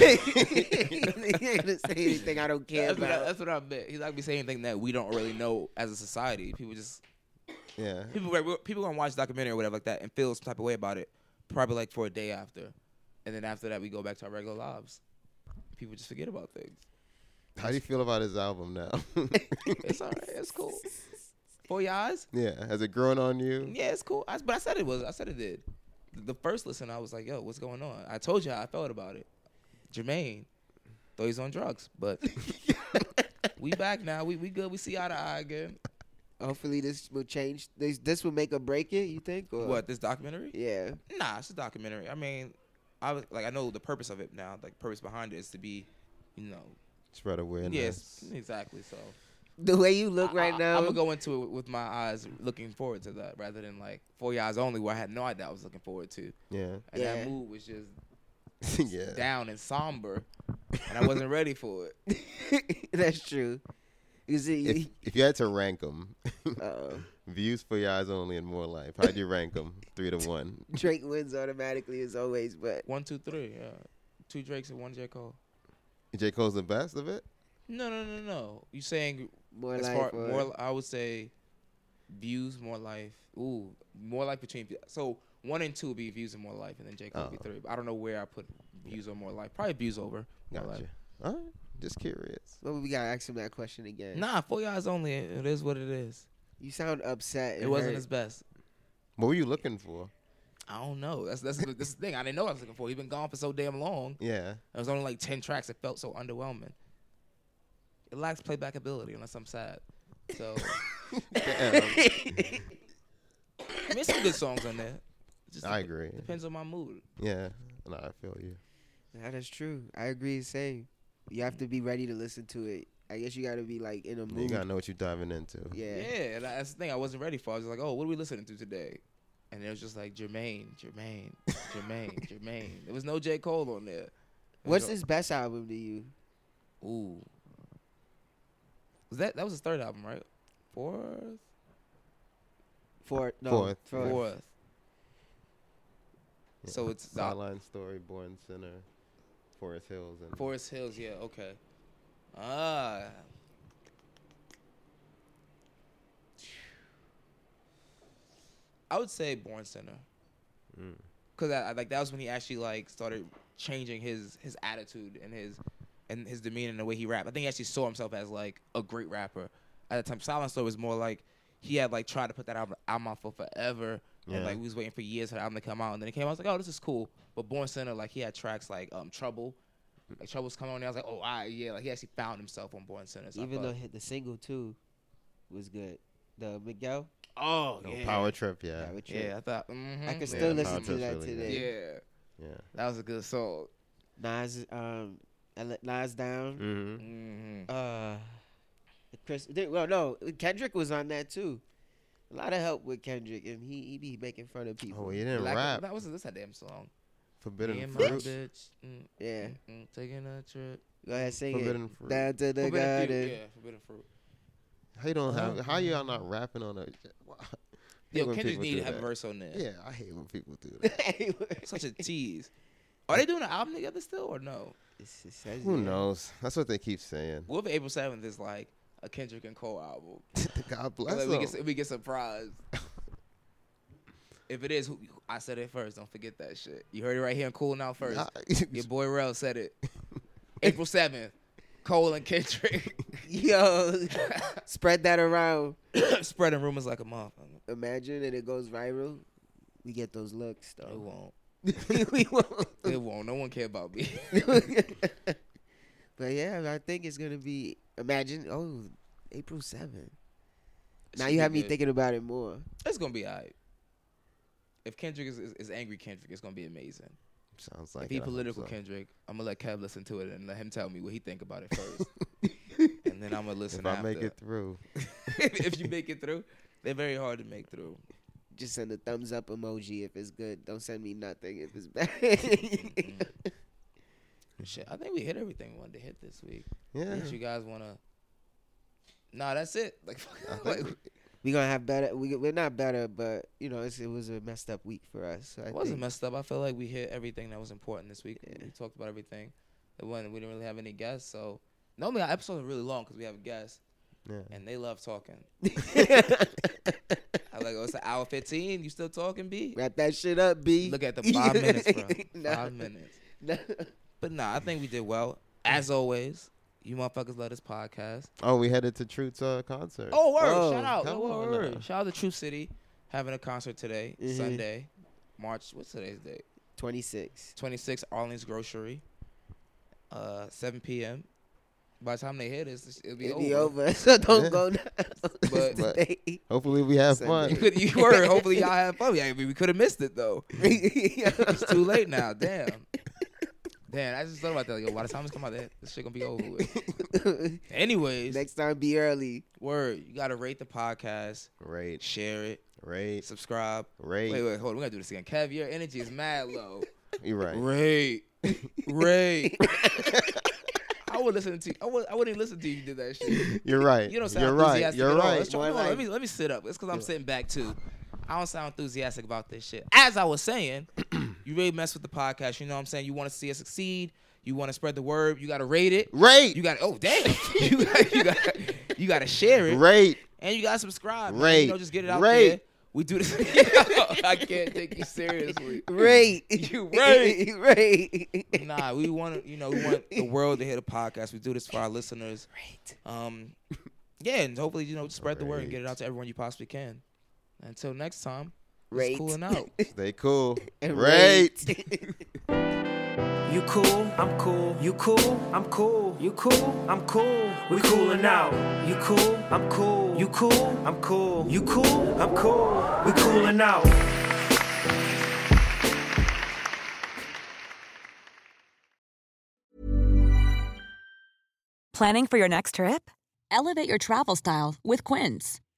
S4: he ain't gonna say anything I don't care
S3: that's, what I,
S4: about.
S3: that's what I meant. He's not gonna be saying anything that we don't really know as a society. People just
S5: Yeah,
S3: people people gonna watch a documentary or whatever like that and feel some type of way about it, probably like for a day after, and then after that we go back to our regular lives. People just forget about things.
S5: how do you feel about his album now?
S3: It's all right. It's cool. For your eyes,
S5: yeah, has it grown on you?
S3: yeah, it's cool. I, but I said it was. I said it did. The first listen, I was like, "Yo, what's going on?" I told you how I felt about it. Jermaine, though he's on drugs, but we back now. We we good. We see eye to eye again.
S4: Hopefully, this will change. This this will make or break it. You think? Or?
S3: What this documentary?
S4: Yeah.
S3: Nah, it's a documentary. I mean, I was like, I know the purpose of it now. Like, purpose behind it is to be, you know,
S5: Spread awareness.
S3: yes, exactly. So
S4: The way you look right now.
S3: I'm gonna go into it with my eyes looking forward to that, rather than like for your eyes only, where I had no idea I was looking forward to,
S5: Yeah.
S3: and
S4: Yeah.
S3: that mood was just
S5: yeah.
S3: down and somber, and I wasn't ready for it.
S4: That's true. You
S5: If,
S4: see,
S5: if you had to rank them,
S4: uh,
S5: views for your eyes only and more life, how'd you rank them? Three to one.
S4: Drake wins automatically as always, but
S3: One, two, three. Yeah, two Drakes and one J Cole.
S5: J Cole's the best of it.
S3: No, no, no, no. You saying
S4: more
S3: as
S4: life.
S3: far
S4: or-
S3: more? I would say views, more life. Ooh, more life between. So one and two would be views and more life, and then J Cole would be
S5: Oh.
S3: three. I don't know where I put views or more life. Probably views over. More
S5: Gotcha.
S3: Life.
S5: All right. Just curious.
S4: well, we gotta ask him that question again.
S3: Nah, four yards only. It is what it is.
S4: You sound upset.
S3: It wasn't his best.
S5: What were you looking for?
S3: I don't know. That's that's the, this is the thing. I didn't know what I was looking for. He's been gone for so damn long.
S5: Yeah.
S3: There was only like ten tracks. It felt so underwhelming. It lacks playback ability unless I'm sad. So,
S5: Damn.
S3: I mean, some good songs on there. Just
S5: I
S3: dep-
S5: agree.
S3: Depends on my mood.
S5: Yeah. No, I feel you.
S4: That is true. I agree. Same. You have to be ready to listen to it. I guess you got to be like in a mood.
S5: You gotta know what you're diving into.
S4: Yeah.
S3: Mm. Yeah, and that's the thing. I wasn't ready for. I was like, oh, what are we listening to today? And it was just like Jermaine, Jermaine, Jermaine, Jermaine. There was no J Cole on there.
S4: What's his best album to you?
S3: Ooh. Was that that was his third album, right? Fourth.
S4: Fourth. No,
S5: Fourth.
S4: Fourth.
S3: Fourth. So it's
S5: Sideline Story, Born Center, Forest Hills, and
S3: Forest Hills, yeah, okay. Ah. I would say Born Center.
S5: Mm.
S3: Cause I, I like that was when he actually like started changing his his attitude and his and his demeanor and the way he rapped. I think he actually saw himself as like a great rapper. At the time, Silent Story was more like he had like tried to put that album, album out for forever,
S5: Yeah.
S3: and like we was waiting for years for the album to come out, and then it came out. I was like, oh, this is cool. But Born Center, like he had tracks like um Trouble, like Trouble's coming on. And I was like, oh, I yeah, like he actually found himself on Born Center. So I
S4: Even
S3: fuck-
S4: though hi- the single too was good, the Miguel.
S3: oh
S5: No,
S3: yeah,
S5: Power Trip, yeah.
S4: Power Trip.
S3: yeah, I thought mhm.
S4: I
S3: Yeah,
S4: can still
S5: Power
S4: listen to
S5: Trip's
S4: that
S5: really good.
S4: today.
S3: yeah,
S5: Yeah.
S3: that was a good song.
S4: Nas, um, I let Nas down.
S3: hmm
S5: Mm-hmm.
S4: Uh, Chris. there- Well, no, Kendrick was on that too. A lot of help with Kendrick, and he he be making fun of people.
S5: Oh, he didn't
S3: Black-
S5: rap.
S3: That was that's a damn song. Me
S5: Forbidden
S3: and my
S5: Fruit.
S3: bitch, mm,
S4: Yeah.
S3: mm, mm, taking a trip.
S4: Go ahead, sing
S5: Forbidden
S4: it.
S5: Fruit.
S4: Down to the
S3: Forbidden Fruit,
S4: garden.
S3: yeah, Forbidden Fruit.
S5: How you don't have? How y'all not rapping on a?
S3: Yo,
S5: when
S3: Kendrick
S5: people
S3: need
S5: do
S3: to have a
S5: that.
S3: verse on there.
S5: Yeah, I hate when people do that.
S3: Such a tease. Are they doing an album together still or no?
S4: It's- it says
S5: Who
S4: it.
S5: knows? That's what they keep saying.
S3: What if April 7th is like a Kendrick and Cole album?
S5: God
S3: Like,
S5: bless
S3: we,
S5: them.
S3: get, we get surprised. if it is, who, I said it first. Don't forget that shit. You heard it right here in Cool Now first.
S5: Nah,
S3: Your boy Rel said it. April 7th, Cole and Kendrick
S4: Yo, spread that around.
S3: spreading rumors like a motherfucker.
S4: Imagine that it goes viral. We get those looks
S3: It
S4: though.
S3: won't.
S4: we won't.
S3: It won't. No one care about me.
S4: but yeah, I think it's gonna be. Imagine, oh, April 7th.
S3: should
S4: Now you
S3: be
S4: have me
S3: good.
S4: thinking about it more.
S3: It's gonna be alright. If Kendrick is, is, is angry, Kendrick, it's gonna be amazing.
S5: Sounds like
S3: if he
S5: it, I hope
S3: political
S5: so.
S3: Kendrick, I'm gonna let Kev listen to it and let him tell me what he think about it first, and then I'm gonna listen.
S5: If I make
S3: after.
S5: it through,
S3: if you make it through, they're very hard to make through.
S4: Just send a thumbs up emoji if it's good. Don't send me nothing if it's bad.
S3: Mm-hmm. Shit, I think we hit everything we wanted to hit this week.
S5: yeah.
S3: Unless you guys wanna, nah, that's it. Like,
S5: I
S3: like
S5: think
S4: we gonna have better. We we're not better, but you know it's, it was a messed up week for us. So I
S3: it wasn't
S4: think-
S3: messed up. I feel like we hit everything that was important this week.
S4: Yeah.
S3: We talked about everything. It wasn't, we didn't really have any guests, so normally our episodes are really long because we have guests
S5: yeah.
S3: and they love talking. I like, oh, it's an hour fifteen. You still talking, B?
S4: Wrap that shit up, B.
S3: Look at the five minutes, bro.
S4: Nah.
S3: Five minutes.
S4: No.
S3: But nah, I think we did well. As always, you motherfuckers love this podcast.
S5: Oh, we headed to Truth's uh, concert.
S3: Oh, word!
S4: Oh,
S3: shout out,
S5: come
S3: word,
S5: on
S3: word.
S5: now.
S3: shout out to True City having a concert today,
S4: Mhm.
S3: Sunday, March. What's today's date?
S4: 26.
S3: Twenty six, Arling's Grocery, uh, seven p.m. By the time they hear this, it'll be
S4: It'll
S3: over.
S4: be over. So don't
S5: Yeah.
S4: go now.
S3: But-
S5: But-
S4: Today.
S5: Hopefully, we have
S3: You
S4: Sunday.
S5: fun.
S3: could, you were. Hopefully, y'all had fun. Yeah, I mean, we could have missed it though. it's too late now. Damn. Damn, I just thought about that. Like, yo, by the time it's come out, that this shit gonna be over with. Anyways,
S4: Next time, be early.
S3: word, you gotta rate the podcast,
S5: Rate,
S3: share it,
S5: rate,
S3: subscribe.
S5: rate.
S3: Wait, wait, hold on. We gotta do this again. Kev, your energy is mad low.
S5: You're right.
S3: Rate, rate. I would listen to. I would. I wouldn't listen to you did that shit.
S5: You're right.
S3: You don't sound
S5: You're right.
S3: enthusiastic
S5: You're
S3: at all. Let's
S5: right.
S3: try- hold on, let me let me sit up. It's because I'm sitting back too. I don't sound enthusiastic about this shit. As I was saying, you really mess with the podcast. You know what I'm saying? You want to see it succeed. You want to spread the word. You got to rate it.
S5: Rate,
S3: You got to, oh, damn. you got you got you got to share it.
S5: rate.
S3: And you got to subscribe. man.
S5: Rate.
S3: You know, just get it out
S5: Rate.
S3: there. We do this. I can't take you seriously.
S4: Rate.
S3: You right.
S4: Rate.
S3: Nah, we want to, you know, we want the world to hear the podcast. We do this for our listeners.
S4: Rate.
S3: Um, yeah, and hopefully, you know, spread the word and get it out to everyone you possibly can. Until next time, it's
S4: Rate.
S3: cooling out.
S5: Stay cool.
S4: And
S5: Rate.
S4: rate.
S2: You
S3: You
S2: cool, I'm cool. You cool, I'm cool. You cool, I'm cool. We coolin' out. You cool, I'm cool. You cool, I'm cool. You cool, I'm cool. We coolin' out.
S9: Planning for your next trip? Elevate your travel style with Quince.